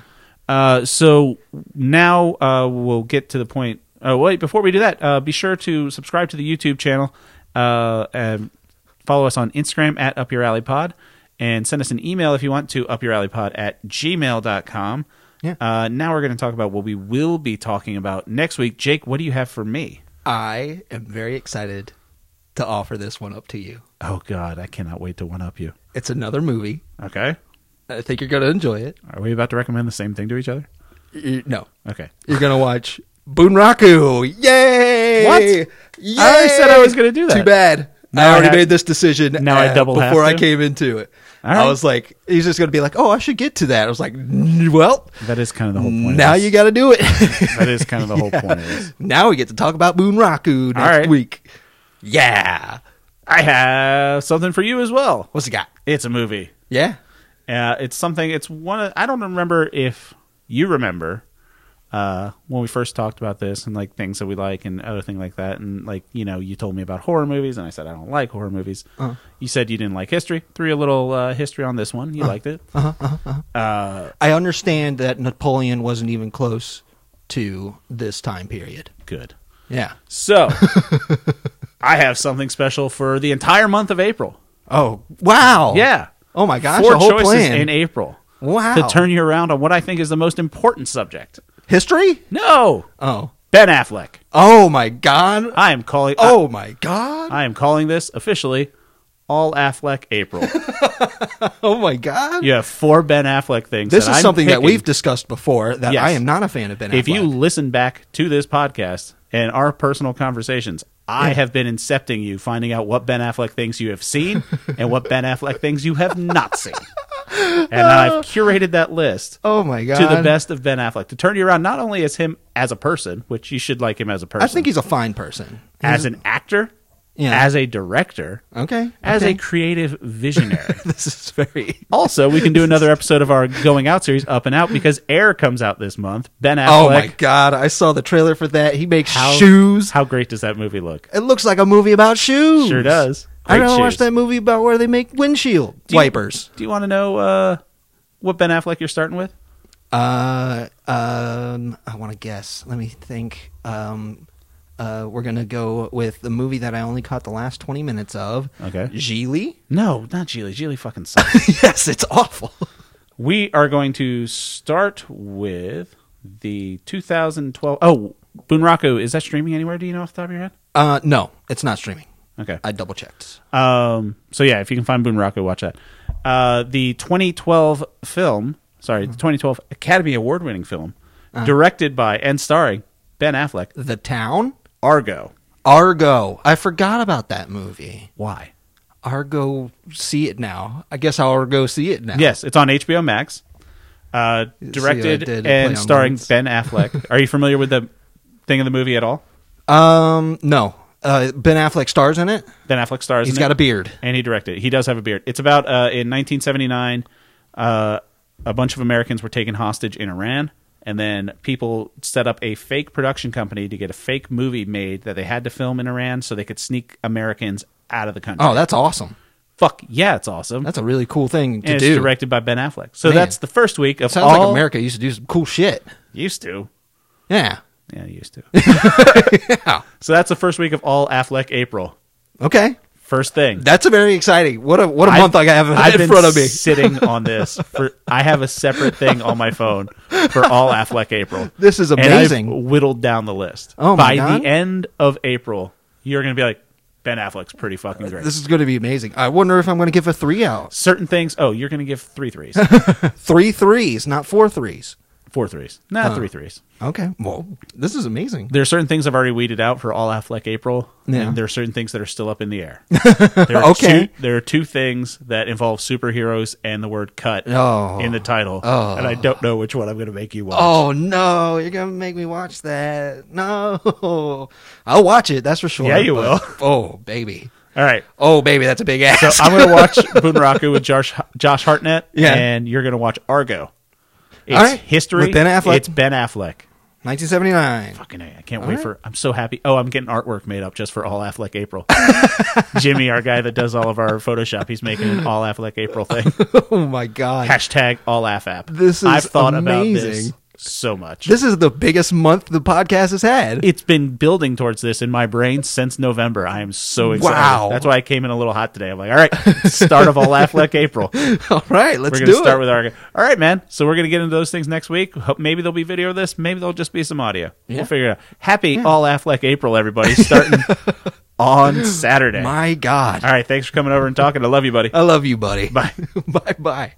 Uh, so now uh, we'll get to the point. Oh, wait, before we do that, uh, be sure to subscribe to the YouTube channel. Uh, and follow us on Instagram at Up Your Alley Pod. And send us an email if you want to, upyouralleypod at gmail.com.
Yeah.
Uh, now we're going to talk about what we will be talking about next week. Jake, what do you have for me?
I am very excited to offer this one up to you.
Oh, God, I cannot wait to one up you.
It's another movie.
Okay.
I think you're gonna enjoy it.
Are we about to recommend the same thing to each other?
You- no,
Okay.
You're gonna watch Boonraku. Yay!
What?
Yay!
I already said I was gonna do that.
Too bad.
Now I
I already
have-
made this decision.
now I double have
before I
to?
came into it.
All right.
I was like, he's just gonna be like, oh, I should get to that. I was like, "N- well,
That is kind of the whole point. of
now
this.
you got to do it.
That is kind of the whole point of this.
now we get to talk about Boonraku
All
next
right.
week. Yeah.
I have something for you as well.
What's it got?
It's a movie.
Yeah.
Uh, it's something. It's one. Of, I don't remember if you remember, uh, when we first talked about this and like things that we like and other thing like that. And like, you know, you told me about horror movies and I said, I don't like horror movies.
Uh-huh.
You said you didn't like history. Threw a little uh, history on this one. You
Uh-huh.
liked it.
I understand that Napoleon wasn't even close to this time period.
Good.
Yeah.
So I have something special for the entire month of April.
Oh wow.
Yeah.
Oh my gosh.
Four
a whole
choices
plan.
in April.
Wow.
To turn you around on what I think is the most important subject.
History?
No.
Oh.
Ben Affleck.
Oh my god.
I am calling
Oh my god.
I am calling this officially all Affleck April.
Oh my god.
you have four Ben Affleck things.
This
is
is something that we've discussed before that
Yes.
I am not a fan of Ben
If you
Affleck.
listen back to this podcast and our personal conversations, I have been incepting you, finding out what Ben Affleck things you have seen and what Ben Affleck things you have not seen. And I've curated that list
Oh my god.
to the best of Ben Affleck to turn you around not only as him as a person, which you should like him as a person,
I think he's a fine person.
as an actor,
Yeah.
as a director,
Okay.
as
okay.
a creative visionary.
this is very
Also, we can do another episode of our going out series, Up and Out, because Air comes out this month. Ben Affleck.
Oh my god, I saw the trailer for that. He makes
How-
shoes.
How great does that movie look?
It looks like a movie about shoes.
Sure does.
I
Great
don't watch
shoes.
that movie about where they make windshield
Do you-
wipers.
Do you want to know uh, what Ben Affleck you're starting with?
Uh, um, I want to guess. Let me think. Um, uh, we're gonna go with the movie that I only caught the last twenty minutes of.
Okay.
Geely.
No, not Geely. Geely fucking sucks.
yes, it's awful.
we are going to start with the 2012. Oh, Bunraku, is that streaming anywhere? Do you know off the top of your head?
Uh, no, it's not streaming.
Okay.
I double checked.
Um, so yeah, if you can find Boonraku, watch that. Uh, the 2012 film, sorry, the 2012 Academy Award winning film,
Uh-huh.
directed by and starring Ben Affleck,
The town.
Argo.
Argo. I forgot about that movie.
Why?
Argo. See it now. I guess I'll go see it now.
Yes, it's on HBO Max. Uh, directed
did play on
and starring
words.
Ben Affleck. Are you familiar with the thing of the movie at all?
Um. No. Uh. Ben Affleck stars in it.
Ben Affleck stars.
He's
in
got
it.
a beard.
and he directed. it. He does have a beard. It's about uh, in 1979, uh, a bunch of Americans were taken hostage in Iran, and then people set up a fake production company to get a fake movie made that they had to film in Iran so they could sneak Americans out of the country.
Oh, that's awesome.
fuck yeah, it's awesome.
That's a really cool thing to
and it's
do.
directed by Ben Affleck. So
Man.
that's the first week of
Sounds
all
like America used to do some cool shit.
used to.
Yeah.
Yeah, used to. So that's the first week of all Affleck April.
Okay.
First thing.
That's a very exciting. What a what a
I've-
month I have
I've
in
been
front of me.
sitting on this for. I have a separate thing on my phone for all Affleck April.
This is
And I've
amazing.
whittled down the list.
Oh, my
By
God.
the end of April, you're going to be like Ben Affleck's pretty fucking great.
This is going to be amazing. I wonder if I'm going to give a three out.
Certain things. Oh, you're going to give three threes,
Three threes, not four threes.
four threes, not three threes.
Okay. Well, this is amazing.
There are certain things I've already weeded out for all Affleck April,
Yeah.
and there are certain things that are still up in the air. There are
Okay.
Two, there are two things that involve superheroes and the word "cut"
Oh.
in the title, and I don't know which one I'm going to make you watch.
Oh no, you're going to make me watch that. No. I'll watch it, that's for sure.
Yeah, you
but- Oh, baby.
All right.
Oh, baby, that's a big ass.
So I'm going to watch Boonraku with Josh Josh Hartnett,
Yeah.
and you're going to watch Argo. It's
All right.
history.
With Ben Affleck.
It's Ben Affleck.
1979.
Fucking A, I can't wait
right.
for. I'm so happy. Oh, I'm getting artwork made up just for All Affleck April. Jimmy, our guy that does all of our Photoshop, he's making an All Affleck April thing.
Oh my god.
Hashtag All Aff App.
This is
I've thought about this
amazing.
so much.
This is the biggest month the podcast has had.
it's been building towards this in my brain since November. I am so excited.
Wow.
That's why I came in a little hot today. I'm like, all right, start of All Affleck April.
All right, let's
We're
do
going to start
it.
with our. All right, man. So we're going to get into those things next week. Hope maybe there'll be video of this. Maybe there'll just be some audio. We'll figure it out. Happy All Affleck April, everybody, starting on Saturday.
My God.
all right. Thanks for coming over and talking. I love you, buddy.
I love you, buddy.
Bye.
bye bye.